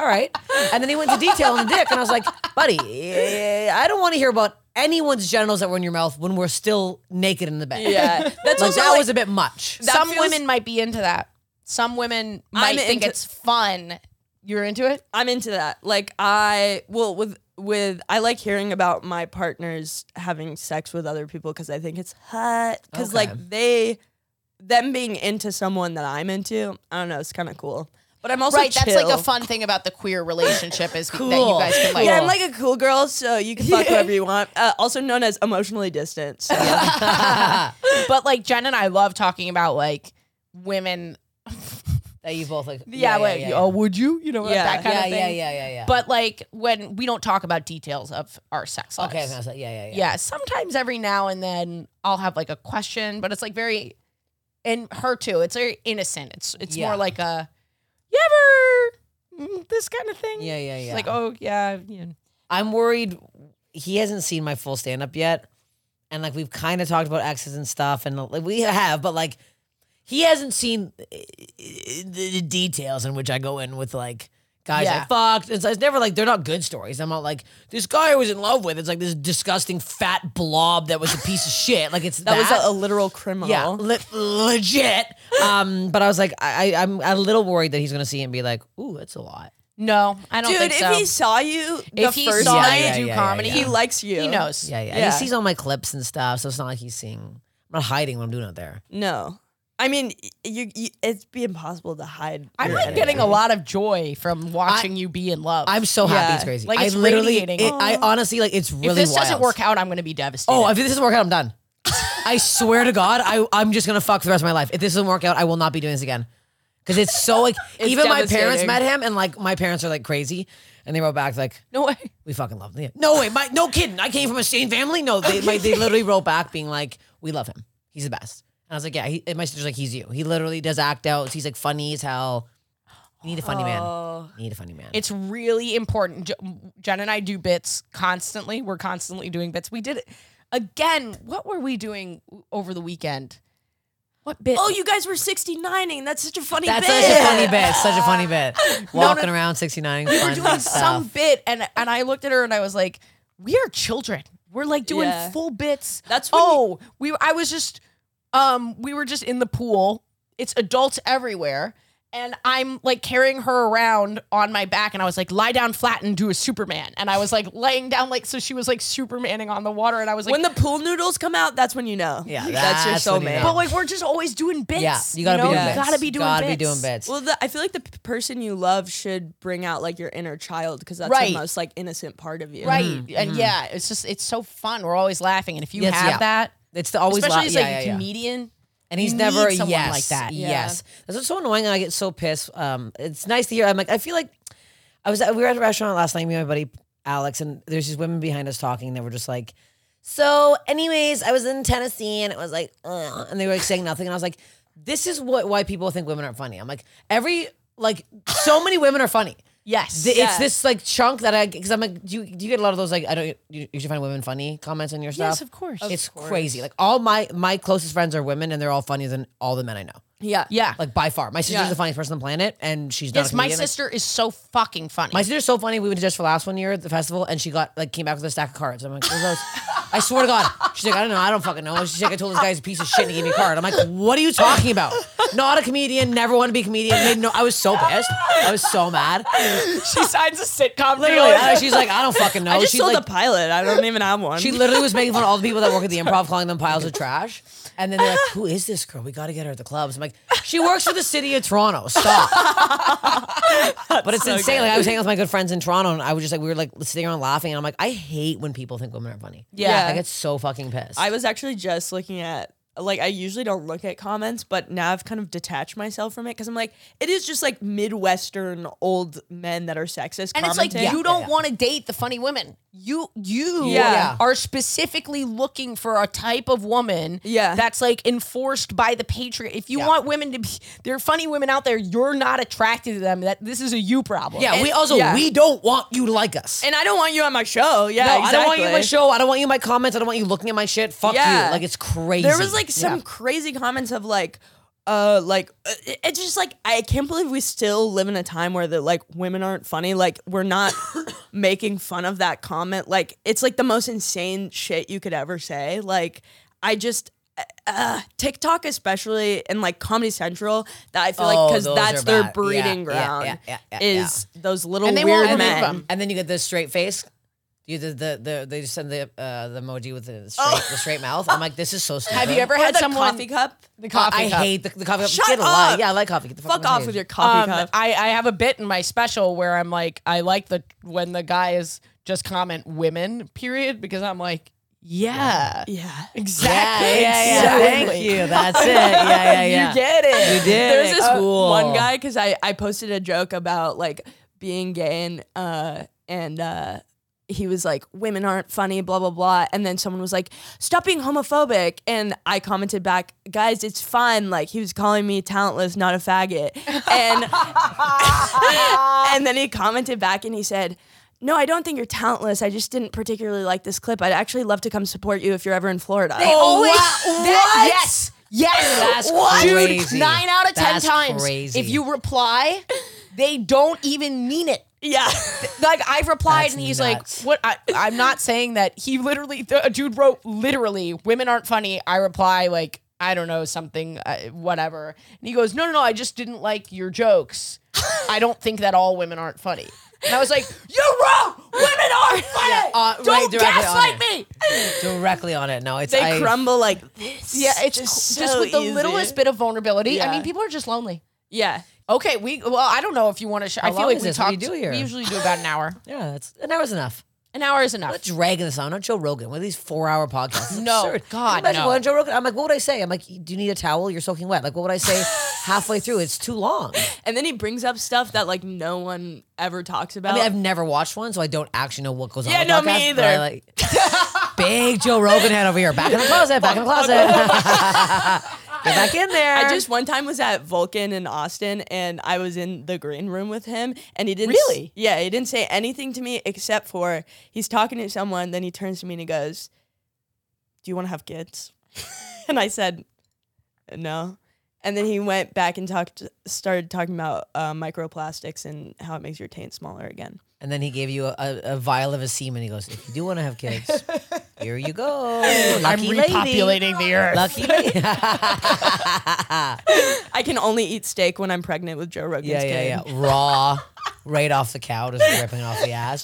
All right. And then he went to detail on the dick, and I was like, buddy, eh, I don't want to hear about anyone's genitals that were in your mouth when we're still naked in the bed. Yeah. That's That's like, also that like- was a bit much. that Some feels- women might be into that. Some women might I'm think into- it's fun You're into it? I'm into that. Like I well with with I like hearing about my partners having sex with other people because I think it's hot. Because like they them being into someone that I'm into, I don't know, it's kind of cool. But I'm also right, that's like chill. a fun thing about the queer relationship is that you guys can like. Yeah, I'm like a cool girl, so you can fuck whoever you want. Uh, also known as emotionally distant. So. but like Jen and I love talking about like women. That you both like. Yeah, like yeah, yeah. oh, would you? You know, Yeah. that kind yeah, of thing. yeah, yeah, yeah, yeah. But like when we don't talk about details of our sex lives. okay, I was gonna say, yeah, yeah, yeah. yeah. Sometimes every now and then I'll have like a question, but it's like very, and her too. It's very innocent. It's it's Yeah. more like a, you ever mm, this kind of thing. Yeah, yeah, She's yeah. Like oh yeah, yeah. I'm worried he hasn't seen my full stand up yet. And like we've kind of talked about exes and stuff, and like, we have, but like he hasn't seen uh, the the details in which I go in with like guys Yeah. I fucked. It's, it's never like they're not good stories. I'm not like this guy I was in love with. It's like this disgusting fat blob that was a piece of shit. Like it's that was that. a, a literal criminal. Yeah, le- legit. Um, but I was like, I, I, I'm a little worried that he's gonna see it and be like, "Ooh, that's a lot." No, I don't Dude, think if so. he saw you the if he first saw night, you Yeah, do yeah, yeah, comedy, yeah. he likes you. he knows. Yeah, yeah. And Yeah. he sees all my clips and stuff, so it's not like he's seeing. I'm not hiding what I'm doing out there. No. I mean, y- you, you it'd be impossible to hide. I'm your like energy. getting a lot of joy from watching you be in love. I'm so happy Yeah. it's crazy. Like, it's I literally, radiating. it- I honestly like it's really. if this doesn't wild. work out, I'm going to be devastated. oh, if this doesn't work out, I'm done. I swear to God, I I'm just gonna fuck for the rest of my life. If this doesn't work out, I will not be doing this again. Because it's so like even my parents devastating. met him and like my parents are like crazy, and they wrote back like no way. we fucking love him. Yeah. No way, my no kidding. I came from a sane family. No, they my, they literally wrote back being like, "We love him. He's the best." And I was like, "Yeah." He, and my sister's like, "He's you. He literally does act out. He's like funny as hell. You need a funny man. You need a funny man." Oh. It's really important. J- Jen and I do bits constantly. We're constantly doing bits. We did it again. What were we doing over the weekend? What bit? Oh, you guys were 69ing. That's such a funny That's bit. such a funny bit. Such a funny bit. Walking around 69. We were doing some bit, and and I looked at her and I was like, "We are children. We're like doing Yeah. full bits." That's when oh, we. I was just, um, we were just in the pool. It's adults everywhere, and I'm like carrying her around on my back, and I was like, "Lie down flat and do a Superman," and I was like laying down like so. She was like Supermaning on the water, and I was like, when the pool noodles come out, that's when you know. Yeah, that's, that's your when you soulmate. know. "But like we're just always doing bits. Yeah, you gotta know? be doing You bits. gotta be doing gotta bits. be doing bits. Well, the, I feel like the p- person you love should bring out like your inner child because that's Right. the most like innocent part of you. Right, and yeah, it's just it's so fun. We're always laughing, and if you Mm-hmm. Yes, have yeah. that, It's the always especially la- as yeah, like yeah, a yeah. comedian. And he's You never need someone yes, like that. Yeah. Yes, that's what's so annoying. And I get so pissed. Um, it's nice to hear. I'm like, I feel like I was. We were at a restaurant last night. Me and my buddy Alex, and there's these women behind us talking. They were just like, so. Anyways, I was in Tennessee, and it was like, Ugh, and they were like saying nothing, and I was like, this is what why people think women aren't funny. I'm like, every like, so many women are funny. Yes, Th- It's this like chunk that I because I'm like, do you, do you get a lot of those like I don't you, you should find women funny comments on your stuff? of course. It's crazy. Like all my my closest friends are women, and they're all funnier than all the men I know. Yeah. yeah. Like by far, my sister's Yeah. the funniest person on the planet, and she's not. Yes, a my comedian. Like, sister is so fucking funny. my sister's so funny. We went to Just for Laughs one year at the festival, and she got like came back with a stack of cards. I'm like, "Where's those?" I swear to God, she's like, "I don't know, I don't fucking know." She's like, "I told this guy he's a piece of shit, and he gave me a card." I'm like, "What are you talking about? Not a comedian. Never want to be a comedian." Made no, I was so pissed. I was so mad. she signs a sitcom. Literally, uh, she's like, "I don't fucking know." I just she's saw like, the pilot. I don't even have one. She literally was making fun of all the people that work at the improv, calling them piles of trash. And then they're like, "Who is this girl? We got to get her at the clubs." I'm like, "She works for the city of Toronto. Stop!" but it's insane. Like I was hanging out with my good friends in Toronto, and I was just like, we were like sitting around laughing, and I'm like, I hate when people think women are funny. Yeah. I get so fucking pissed. I was actually just looking at like I usually don't look at comments, but now I've kind of detached myself from it because I'm like, it is just like Midwestern old men that are sexist. and it's like commenting. you don't want to date the funny women. You you Yeah. are specifically looking for a type of woman Yeah. that's like enforced by the patriot. If you want women to be there are funny women out there, you're not attracted to them. That this is a you problem. yeah, we also yeah. we don't want you to like us. and I don't want you on my show. Yeah, no, I don't want you in my exactly. show. I don't want you in my comments. I don't want you looking at my shit. Fuck Yeah. you. Like it's crazy. There was like Yeah. some crazy comments of like, uh, like uh, it- it's just like I can't believe we still live in a time where the like women aren't funny. Like we're not making fun of that comment. Like it's like the most insane shit you could ever say. Like I just uh, TikTok especially and like Comedy Central that I feel Oh, like because those that's are their bad. Yeah, breeding yeah, ground yeah, yeah, yeah, is those little And they won't remove weird men. them. And then you get the straight face. You the, the, the they just send the uh, the emoji with the straight, the straight mouth. I'm like, this is so stupid. Oh. Have you ever Or had the someone coffee cup. the coffee I cup. hate the, the coffee. cup. Shut Get a lie. up. Yeah, I like coffee. Get the Fuck fuck off out with here. your coffee Um, cup. I, I have a bit in my special where I'm like, I like the when the guys just comment women, period, because I'm like, yeah, yeah. exactly. Yeah, yeah, yeah. exactly. Thank you. That's it. Yeah, yeah, yeah. You get it. You did There's it. Uh, oh. this Cool. one guy because I, I posted a joke about like being gay and uh and uh he was like women aren't funny blah blah blah and then someone was like stop being homophobic and I commented back guys it's fine like he was calling me talentless not a faggot and and then he commented back and he said. No, I don't think you're talentless. I just didn't particularly like this clip. I'd actually love to come support you if you're ever in Florida. Oh, Always. That- Oh, yes. Yes. That's What? crazy. Dude, nine out of ten That's times. crazy. If you reply, they don't even mean it. yeah. Like I replied, That's and he's nuts. like, "What? I, I'm not saying that." He literally, the, a dude wrote, "Literally, women aren't funny." I reply like, "I don't know something, uh, whatever," and he goes, "No, no, no. I just didn't like your jokes. I don't think that all women aren't funny." And I was like, "You're wrong. Women aren't funny. uh, right don't directly on gaslight it. me." directly on it. No, it's They I, crumble like this. Yeah, it's Just just, so with the easy. littlest bit of vulnerability. I Yeah. mean, people are just lonely. Yeah. Okay, we well, I don't know if you want to. Sh- I long feel like is we this? What talked. do you do here? We usually do about an hour. Yeah, it's an hour's enough. An hour is enough. I'm not dragging this on. I'm Joe Rogan. One of these four-hour podcasts. It's No, absurd. Can you God, imagine no. going on Joe Rogan. I'm like, what would I say? I'm like, do you need a towel? You're soaking wet. Like, what would I say halfway through? It's too long. And then he brings up stuff that like no one ever talks about. I mean, I've never watched one, so I don't actually know what goes on. Uh, Yeah, in the no, me podcast, but I either. like- big Joe Rogan head over here. Back in the closet. Back in the closet. Get back in there. I just one time was at Vulcan in Austin and I was in the green room with him and he didn't Really? Yeah, he didn't say anything to me except for he's talking to someone, then he turns to me and he goes, Do you want to have kids? and I said, No. And then he went back and talked started talking about uh, microplastics and how it makes your taint smaller again. And then he gave you a, a, a vial of his semen. He goes, "If you do want to have kids, here you go. Lucky I'm lady. repopulating the earth. Lucky lady. I can only eat steak when I'm pregnant with Joe Rogan's yeah, kid. yeah, yeah. Raw, right off the cow, just ripping off the ass.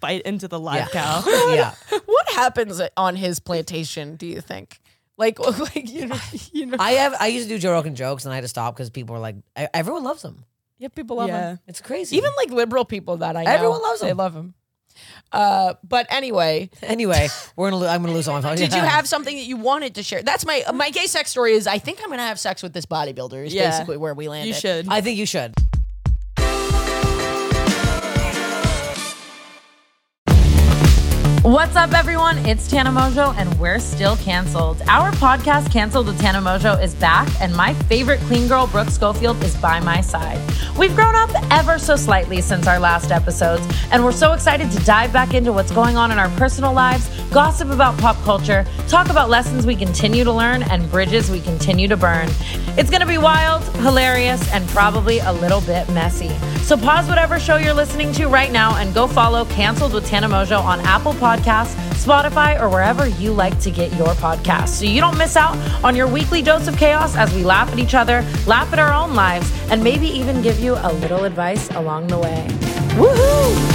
bite into the Yeah. live cow. yeah. what happens on his plantation? Do you think? Like, like you know, you know. I have. I used to do Joe Rogan jokes, and I had to stop because people were like, I, everyone loves him. yeah, people love Yeah. him. It's crazy. Even like liberal people that I know, Everyone loves They him. love him. Uh, but anyway, anyway, we're gonna. Lo- I'm gonna lose all my phone. did you have something that you wanted to share? That's my my gay sex story. Is I think I'm gonna have sex with this bodybuilder. Is Yeah. basically where we landed. You should. I think you should. What's up, everyone? It's Tana Mojo, and we're still canceled. Our podcast, Canceled with Tana Mojo, is back, and my favorite clean girl, Brooke Schofield, is by my side. We've grown up ever so slightly since our last episodes, and we're so excited to dive back into what's going on in our personal lives, gossip about pop culture, talk about lessons we continue to learn, and bridges we continue to burn. It's going to be wild, hilarious, and probably a little bit messy. So pause whatever show you're listening to right now and go follow Canceled with Tana Mojo on Apple Podcasts, Spotify, or wherever you like to get your podcasts so you don't miss out on your weekly dose of chaos as we laugh at each other, laugh at our own lives, and maybe even give you a little advice along the way. Woohoo!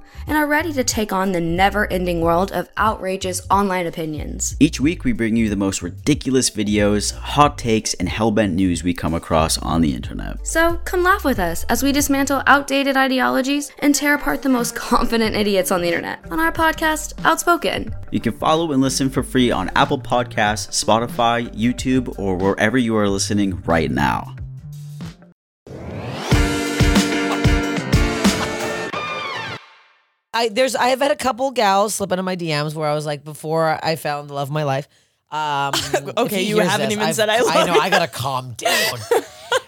and are ready to take on the never ending world of outrageous online opinions. Each week, we bring you the most ridiculous videos, hot takes, and hellbent news we come across on the internet. So come laugh with us as we dismantle outdated ideologies and tear apart the most confident idiots on the internet on our podcast, Outspoken. You can follow and listen for free on Apple Podcasts, Spotify, YouTube, or wherever you are listening right now. I I there's I have had a couple gals slip into my DMs where I was like, before I found the love of my life. Um, Okay, if he you hears haven't this, even I've- said I I love know. I gotta calm down.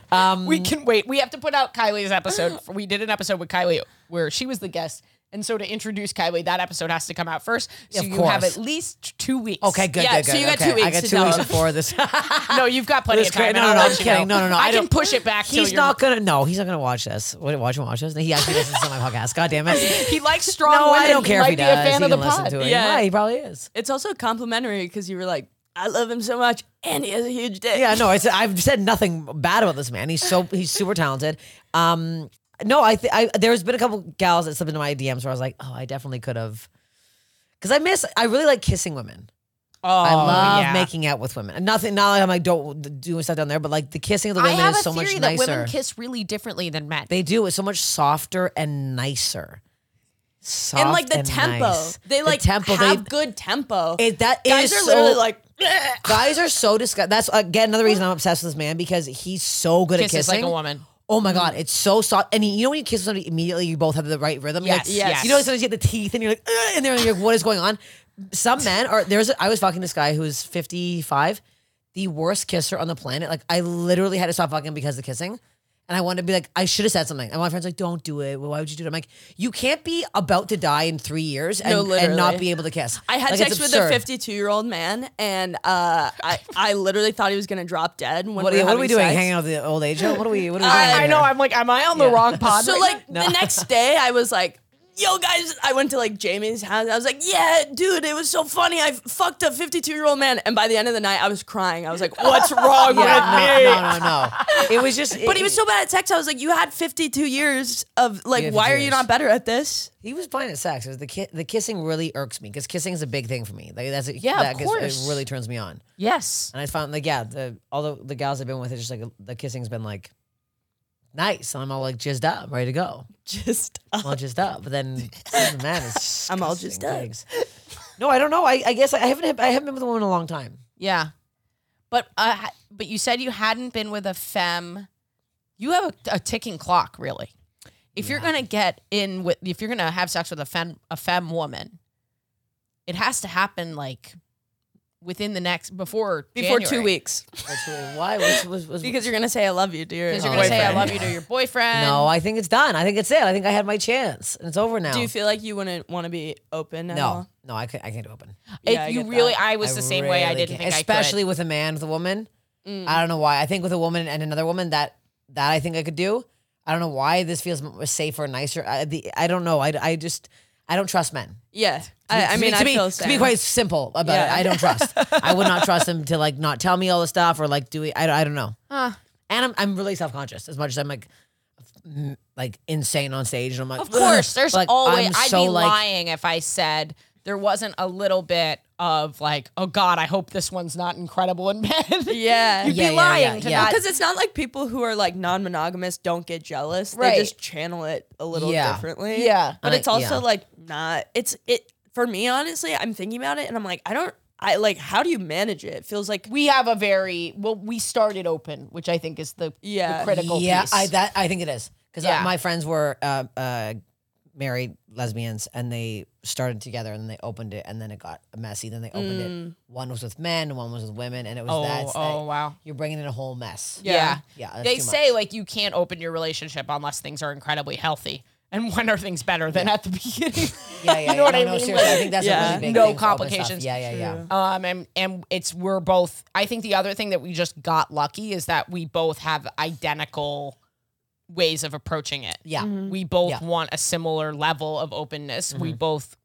Um, We can wait. We have to put out Kylie's episode. We did an episode with Kylie where she was the guest. And so to introduce Kylie, that episode has to come out first. So Of you have course. at least two weeks. okay, good, Yeah, good, good. so you got okay. two I weeks got to two tell weeks him. before this. No, you've got plenty That's of time. great. and No, no, I'll no, let I'm you kidding. know. No, no, no, I, I can don't- push it back. till He's you're- not gonna. No, he's not gonna watch this. Wait, Watch him watch this. He actually listens to my podcast. God damn it. He likes strong No, women. I don't care he if he might does. Be a fan he of the can listen pod. to it. Yeah. Yeah, he probably is. It's also complimentary because you were like, I love him so much, and he has a huge dick. Yeah, no, it's, I've said nothing bad about this man. He's so he's super talented. Um, no, I, th- I there's been a couple gals that slipped into my DMs where I was like, oh, I definitely could have, because I miss. I really like kissing women. Oh, I love yeah. making out with women. Nothing. Not like I'm like don't doing stuff down there, but like the kissing of the I women have is a so much theory that nicer. women kiss really differently than men. they do. It's so much softer and nicer. Soft and like the tempo, nice. they The like tempo, they- have good tempo. It, that Guys is are so- literally like, guys are so disgusting. That's again another reason I'm obsessed with this man because he's so good kisses at kissing. like a woman. Oh my god, it's so soft. And you know when you kiss somebody immediately, you both have the right rhythm. Like, Yes, yes. You know sometimes you get the teeth, and you're like, "Ugh," and they're like, what is going on? Some men are. There's. A, I was fucking this guy who was 55, the worst kisser on the planet. Like I literally had to stop fucking because of the kissing. And I wanted to be like, I should have said something. And my friend's like, don't do it. Why would you do it? I'm like, you can't be about to die in three years and, No, and literally. not be able to kiss. I had Like, it's sex with a absurd. 52 year old man, and uh, I I literally thought he was gonna drop dead. When What, we are- were what are we having doing? sex. Hanging out with the old age? home? What are we? What are we doing? I, I here? know. I'm like, am I on the wrong pod? So right like the next day, I was like, "Yo, guys!" I went to like Jamie's house. I was like, "Yeah, dude, it was so funny. I fucked a 52 year old man." And by the end of the night, I was crying. I was like, "What's wrong with me?" Yeah, no, no, no, no. It was just. But he was so bad at sex. I was like, "You had 52 years of like, Yeah, why are 52 you years. not better at this?" He was fine at sex. It was the ki- the kissing really irks me because kissing is a big thing for me. Like that's a, Yeah, that of gets- course. it really turns me on. yes. And I found like yeah, the, all the, the gals I've been with, it's just like the kissing's been like nice, and I'm all like jizzed up, ready to go. Just uh, I'm all jizzed up, but then the man is I'm all disgusting jizzed up. pigs. No, I don't know. I, I guess I haven't had- I haven't been with a woman in a long time. Yeah. But uh, ha- but you said you hadn't been with a femme. You have a, a ticking clock, really. If you're gonna get in with, if you're gonna have sex with a femme, a femme woman, it has to happen like within the next before before two January. weeks, That's really- Why was, was, was because you're gonna say, "I love you," to your Because you're gonna say I boyfriend. love you to your boyfriend. no, I think it's done. I think it's it. I think I had my chance, and it's over now. Do you feel like you wouldn't want to be open? At no, all? no, I can't, I can't open. If Yeah, I you get really, that. I was the same way. I really didn't can't- think especially I Mm. with a man with a woman. I don't know why. I think with a woman and another woman that that I think I could do. I don't know why this feels m- safer, nicer. I, the, I don't know. I, I just I don't trust men. Yeah, I, I To mean, be, I to be, feel to be same. quite simple about Yeah. it. I don't trust. I would not trust him to like not tell me all the stuff or like do it. I, don't- I don't know. And I'm I'm really self conscious as much as I'm like m- like insane on stage and I'm like could. Of course, there's like, always. I'm I'd so, be like- lying if I said there wasn't a little bit of like, oh God, I hope this one's not incredible in bed. Yeah. you'd Yeah, be yeah, lying yeah, to yeah. not. Because it's not like people who are like non-monogamous don't get jealous. Right. They just channel it a little Yeah. differently. Yeah. But I- it's also yeah. like not. It's it for me honestly. I'm thinking about it and I'm like, I don't. I like. How do you manage it? It feels like we have a very well. We started open, which I think is the, the Yeah. critical yeah, piece. I that I think it is because Yeah. my friends were uh, uh, married lesbians and they started together and then they opened it and then it got messy. Then they opened it. One was with men, one was with women, and it was Mm. oh, that. it's oh that- wow. You're bringing in a whole mess. Yeah. Yeah, that's they too say much. like you can't open your relationship unless things are incredibly healthy. And when are things better than at the beginning? yeah, yeah. you know what yeah, I no, mean? Seriously, I Like, think that's Yeah. a really big No thing for open stuff. complications. Yeah, yeah, yeah. Um, and and it's we're both. I think the other thing that we just got lucky is that we both have identical ways of approaching it. Yeah. Mm-hmm. We both Yeah. want a similar level of openness. We both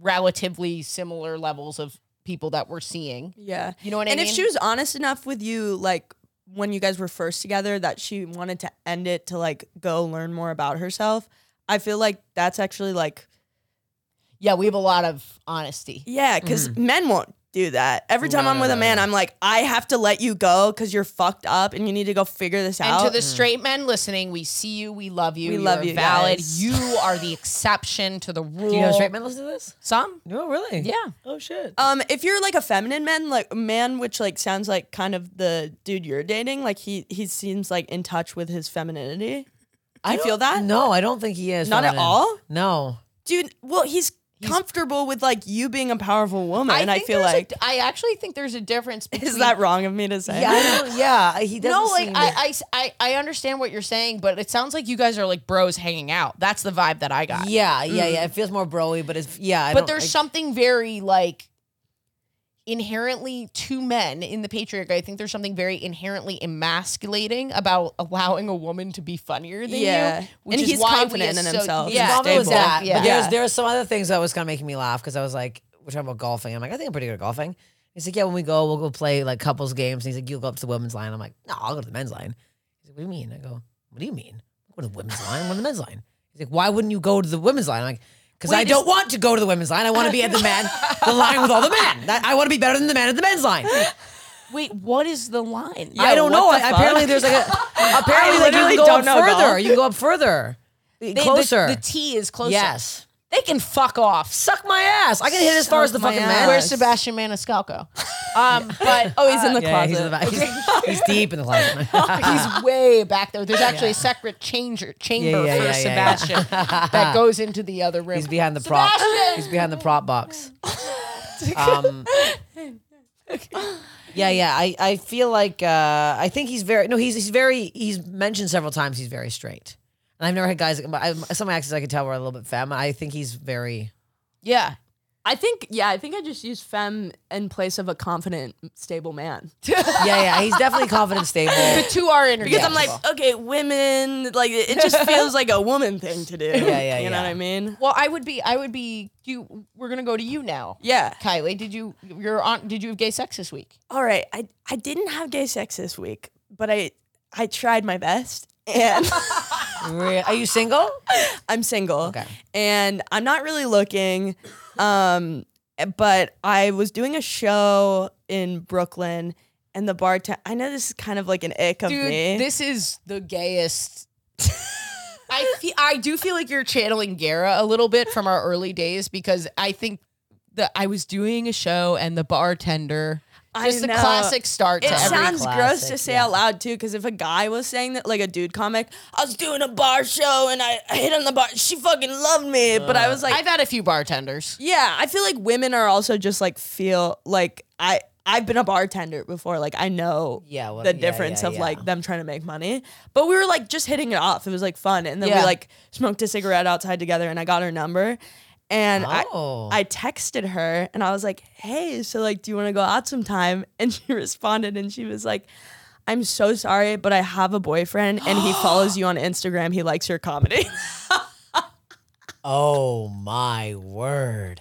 relatively similar levels of people that we're seeing. yeah. You know what and I mean? if she was honest enough with you, like when you guys were first together, that she wanted to end it to like go learn more about herself. I feel like that's actually like yeah, we have a lot of honesty. Yeah, because Mm. men won't do that. Every time No, I'm no, with a no, man, no. I'm like, I have to let you go because you're fucked up and you need to go figure this And out. to the straight men listening, we see you, we love you, We you love are you valid. guys. You are the exception to the rule. Do you know straight men listen to this? Some, No, really? yeah. Oh shit. um, if you're like a feminine man, like man, which like sounds like kind of the dude you're dating, like he he seems like in touch with his femininity. Do you feel that? No, I don't think he is. Not at feminine. all? No. dude. Well, he's, comfortable with like you being a powerful woman, and I think feel there's a- like I actually think there's a difference. Between, is that wrong of me to say? Yeah, I don't, yeah. He doesn't No, like seem- I, I s- I- I understand what you're saying, but it sounds like you guys are like bros hanging out. That's the vibe that I got. yeah, yeah, yeah. It feels more broy, but it's yeah. I but don't- there's I- something very like inherently to men in the patriarchy. I think there's something very inherently emasculating about allowing a woman to be funnier than Yeah. you. Which And is he's why we confident in asso- himself. Yeah, He's Well, there was stable. that. Yeah. But there's there was some other things that was kind of making me laugh because I was like, we're talking about golfing. I'm like, I think I'm pretty good at golfing. He's like, yeah, when we go, we'll go play like couples games. And he's like, you'll go up to the women's line. I'm like, no, I'll go to the men's line. He's like, what do you mean? I go, what do you mean? Go to the women's line. I'm going to the men's line. He's like, why wouldn't you go to the women's line? I'm like, because I don't want to go to the women's line. I want to be at the men, the line with all the men. That, I want to be better than the men at the men's line. Wait, what is the line? I don't know. I, apparently, there's like a apparently like you literally can go don't up know further. golf. You can go up further, They- the- closer. The, T is closer. yes. They can fuck off. suck my ass. I can hit as far as the fucking man. Where's Sebastian Maniscalco? Um, but oh, he's in the Yeah, he's, in the back. He's- he's deep in the closet. he's way back there. There's actually a separate changer chamber Yeah, yeah, for yeah, yeah, yeah. Sebastian that goes into the other room. he's behind the prop. Sebastian! He's behind the prop box. Um, yeah, yeah. I, I feel like uh, I think he's very no. He's he's very he's mentioned several times he's very straight. And I've never had guys. I, some accents I can tell were a little bit femme. I think he's very. Yeah. I think yeah, I think I just used femme in place of a confident, stable man. Yeah, yeah. He's definitely confident, stable. Two are interview. Because I'm like, okay, women, like it just feels like a woman thing to do. Yeah, yeah, You know yeah. what I mean? well, I would be, I would be, you, we're going to go to you now. Yeah. Kylie, did you, your aunt, did you have gay sex this week? All right, I I didn't have gay sex this week, but I I tried my best and Re- Are you single? I'm single. Okay. And I'm not really looking. Um but I was doing a show in Brooklyn and the bartender I know this is kind of like an ick of Dude, me. this is the gayest. I feel, I do feel like you're channeling Gara a little bit from our early days because I think that I was doing a show and the bartender, I just the know. classic start to It every sounds gross to classic, say out loud too, because if a guy was saying that, like a dude comic, I was doing a bar show and I I hit on the bar. She fucking loved me, but I was like, I've had a few bartenders. yeah. I feel like women are also just like feel like I I've been a bartender before, like I know Yeah, well, the yeah, difference yeah, of yeah. like them trying to make money. But we were like just hitting it off. It was like fun, and then we Yeah. like smoked a cigarette outside together, and I got her number. And Oh. I, I texted her and I was like, hey, so like, do you want to go out sometime? And she responded and she was like, I'm so sorry, but I have a boyfriend and he follows you on Instagram. He likes your comedy. Oh my word!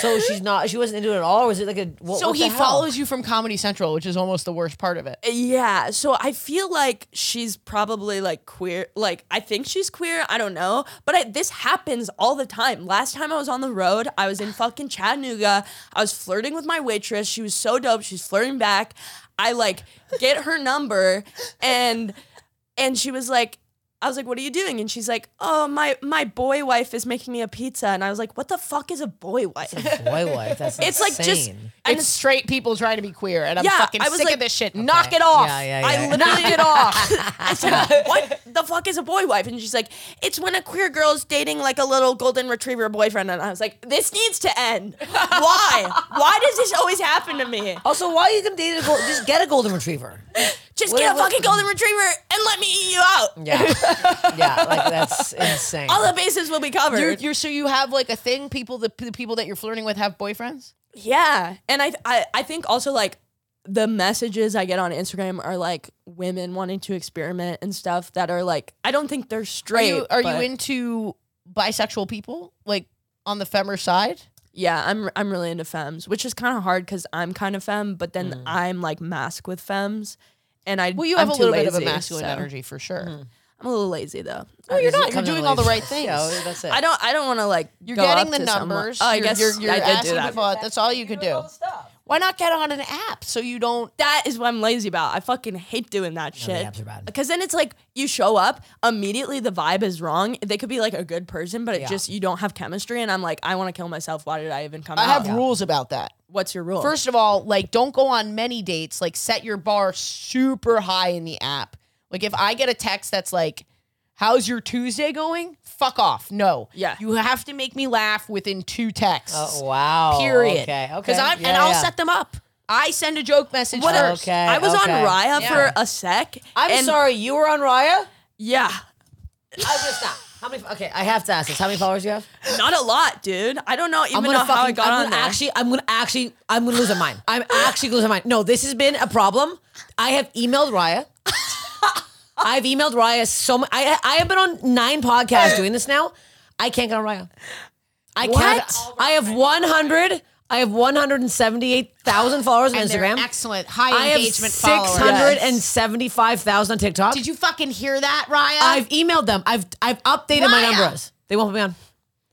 So she's not. She wasn't into it at all. Or was it like a? What, So what the he hell? follows you from Comedy Central, which is almost the worst part of it. Yeah. So I feel like she's probably like queer. Like I think she's queer. I don't know. But I, this happens all the time. Last time I was on the road, I was in fucking Chattanooga. I was flirting with my waitress. She was so dope. She's flirting back. I like get her number and and she was like I was like, "What are you doing?" And she's like, "Oh, my my boy wife is making me a pizza." And I was like, "What the fuck is a boy wife?" Boy, wife. That's It's like just insane. and it's straight people trying to be queer, and I'm Yeah, fucking I was sick like- of this shit. Knock it off. Yeah, yeah, I yeah. literally did off. I said, "What the fuck is a boy wife?" And she's like, "It's when a queer girl's dating like a little golden retriever boyfriend." And I was like, "This needs to end. Why? Why does this always happen to me? Also, why are you gonna date a gold? Just get a golden retriever. Just What- get a what- fucking golden retriever and let me eat you out. Yeah, yeah. Like that's insane. All the bases will be covered." You're, you're so you have like a thing. People, the, the people that you're flirting with have boyfriends. yeah, and I, I I think also like the messages I get on Instagram are like women wanting to experiment and stuff that are like I don't think they're Are straight. you are but- you into bisexual people like on the femmer side? Yeah, I'm I'm really into femmes, which is kind of hard because I'm kind of femme, but then I'm like mask with femmes, and I Mm. Well, you I'm have a too little bit of a lazy, masculine so- energy for sure. I'm a little lazy though. No, you're not. It You're comes in doing all the right relationships. things. Yeah, that's it. I don't I don't want to like. You're go getting up the to someone- numbers. Oh, I you're, guess you're, you're I did do asking that. people out. That's all you could do. Why not get on an app so you don't? That is what I'm lazy about. I fucking hate doing that the shit. apps are bad. Because then it's like you show up immediately. The vibe is wrong. They could be like a good person, but it Yeah. just you don't have chemistry. And I'm like, I want to kill myself. Why did I even come I out? have rules about that. What's your rule? First of all, like don't go on many dates. Like set your bar super high in the app. Like if I get a text that's like, How's your Tuesday going? Fuck off. No. Yeah. You have to make me laugh within two texts. Oh, wow. Period. Okay. Okay. Because I'm and Yeah, I'll yeah. set them up. I send a joke message What first. Okay, I was okay. on Raya for a sec. I'm and- sorry. You were on Raya. Yeah. I was Oh, just not. How many? Okay, I have to ask this. How many followers do you have? Not a lot, dude. I don't know even I'm know gonna how I fucking- got I'm on gonna there. Actually, I'm gonna actually, I'm gonna lose my mind. I'm actually gonna lose my mind. No, this has been a problem. I have emailed Raya. I've emailed Raya so much. I I have been on nine podcasts doing this now. I can't get on Raya. I can't. I have 100. I have 178,000 followers on And they're Instagram. excellent. High I have engagement followers. 675,000 on TikTok. Did you fucking hear that, Raya? I've emailed them. I've I've updated my Raya! numbers. They won't put me on.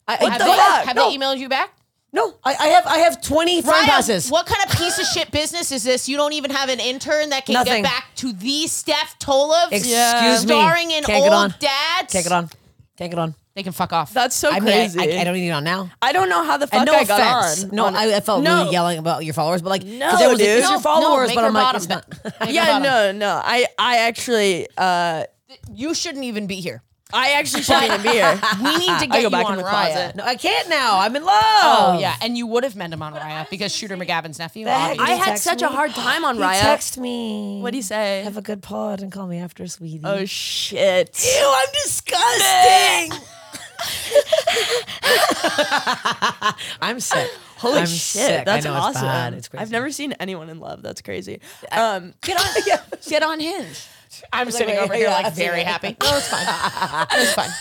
I, have I- they, they- have no, they emailed you back? no, I, I have I have 20 friend Ryan, passes. What kind of piece of shit business is this? You don't even have an intern that can Nothing. get back to the Steph Tolev Excuse Yeah. me. starring in Can't old get on. dads. Can't get on. Can't get on. They can fuck off. That's so I mean, I- crazy. I, I don't need it on now. I don't know how the fuck and no I got offense. on. No, on- I, I felt No. really yelling about your followers, but like, 'cause No, there was, dude. it's your No, followers, no, but make I'm her like, bottom it's not. yeah, no, no. I I actually uh you shouldn't even be here. I actually shouldn't even be here. We need to I get go you back on in the Raya. closet. no, I can't now. I'm in love. Oh yeah, and you would have met him on Raya because Shooter McGavin's nephew. heck? obviously. I had text such a me? hard time on He Raya. Text me. What'd he say? Have a good pod and call me after, sweetie. oh shit. Ew, I'm disgusting. I'm sick. Holy I'm shit, sick. I that's know, it's awesome. bad. It's crazy. I've never seen anyone in love. That's crazy. Um, get on, get on Hinge. I'm sitting over here like very happy. No, it's fine. it's fine.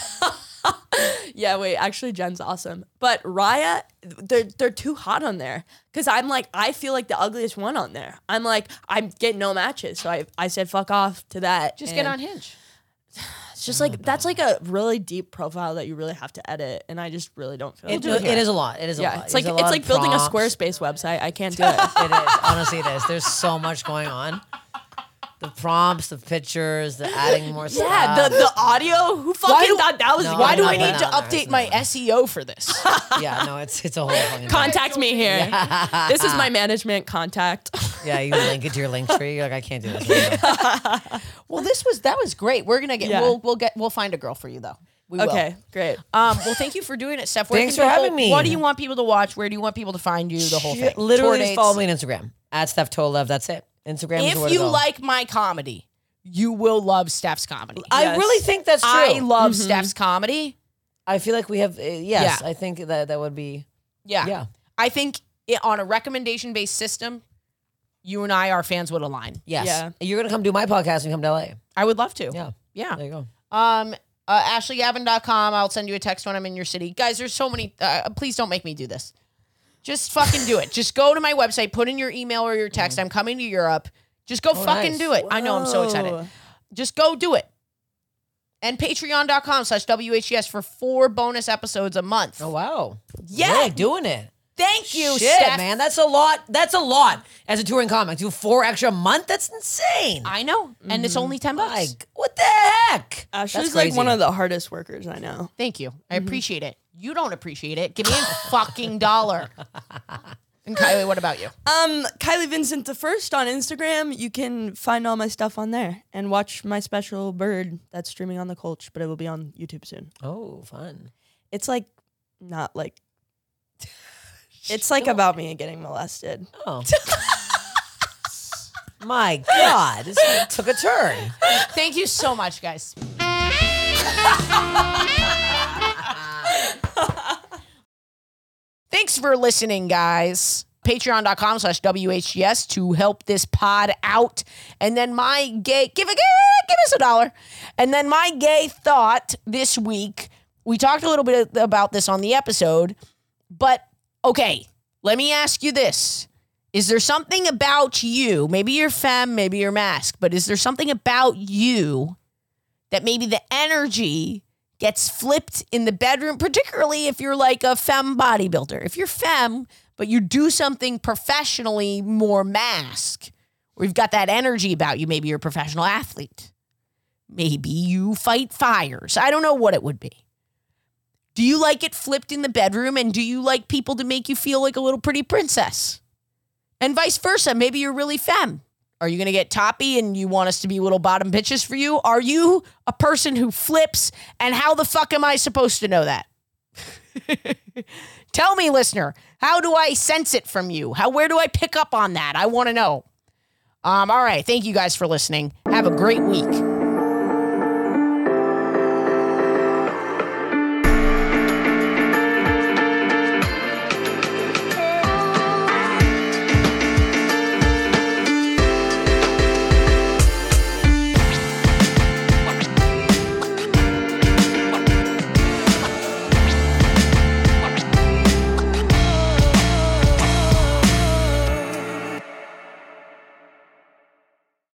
yeah, wait. Actually, Jen's awesome, but Raya, they're they're too hot on there. Cause I'm like, I feel like the ugliest one on there. I'm like, I'm getting no matches, so I I said fuck off to that. Just get and on Hinge. It's just like that's like a really deep profile that you really have to edit, and I just really don't feel. It, like do- it is a lot. It is a Yeah, lot. it's like There's it's a lot like of building a prompts. Squarespace website. I can't do it. It is. Honestly, it is. There's so much going on. The prompts, the pictures, the adding more stuff. Yeah, the, the audio. Who fucking do- thought that was? No, Why do no, I no, need no, to no, update it's my not. SEO for this? yeah, no, it's it's a whole fucking thing. Contact me here. This is my management contact. Yeah, you link it to your link tree. You're like, I can't do this. Right now. well, this was that was great. We're gonna get Yeah. we'll we'll get we'll find a girl for you though. We will. okay, great. Um, well, thank you for doing it, Steph. Where Thanks can for people- having me. What do you want people to watch? Where do you want people to find you? The whole thing. Literally, Tour just dates. follow me on Instagram at Steph Tolev. That's it. Instagram. is where If to you go. like my comedy, you will love Steph's comedy. I Yes. really think that's true. Mm-hmm. I I, love Steph's comedy. feel like we have. Uh, yes, I think that that would be. Yeah. Yeah. I think it, on a recommendation based system, you and I, our fans, would align. Yes, Yeah. you're gonna come do my podcast when you come to LA. I would love to. Yeah, Yeah. there you go. Um, uh, AshleyGavin.com. I'll send you a text when I'm in your city. Guys, there's so many. Uh, please don't make me do this. Just fucking do it. Just go to my website, put in your email or your text. I'm coming to Europe. Just go fucking Mm-hmm. Oh, nice. do it. I know I'm so excited. Whoa. Just go do it. And patreon.com slash WHS for four bonus episodes a month. Oh wow. Yeah. Really doing it. Thank you, Shit, Steph. man, that's a lot. That's a lot. As a touring comic, do four extra a month. That's insane. I know. And it's only 10 bucks. Like, what the heck? Uh, Ashley's That's Uh, like one crazy. of the hardest workers I know. Thank you. I mm-hmm. appreciate it. You don't appreciate it. Give me a fucking dollar. And Kylie, what about you? Um, Kylie Vincent the first on Instagram. You can find all my stuff on there and watch my special bird that's streaming on the Colch, but it will be on YouTube soon. Oh, fun. It's like not like it's like about me getting molested. Oh. My God, this took a turn. Thank you so much, guys. Thanks for listening, guys. Patreon.com slash WHS to help this pod out. And then my gay, give, a, give us a dollar. And then my gay thought this week, we talked a little bit about this on the episode, but okay, let me ask you this. Is there something about you, maybe your femme, maybe your mask, but is there something about you that maybe the energy gets flipped in the bedroom, particularly if you're like a femme bodybuilder? If you're femme, but you do something professionally more mask, or you've got that energy about you, maybe you're a professional athlete, maybe you fight fires. I don't know what it would be. Do you like it flipped in the bedroom, and do you like people to make you feel like a little pretty princess? and vice versa. Maybe you're really femme Are you going to get toppy and you want us to be little bottom bitches for you? Are you a person who flips? And how the fuck am I supposed to know that? Tell me, listener, how do I sense it from you? How where do I pick up on that? I want to know. Um, all right, thank you guys for listening. Have a great week.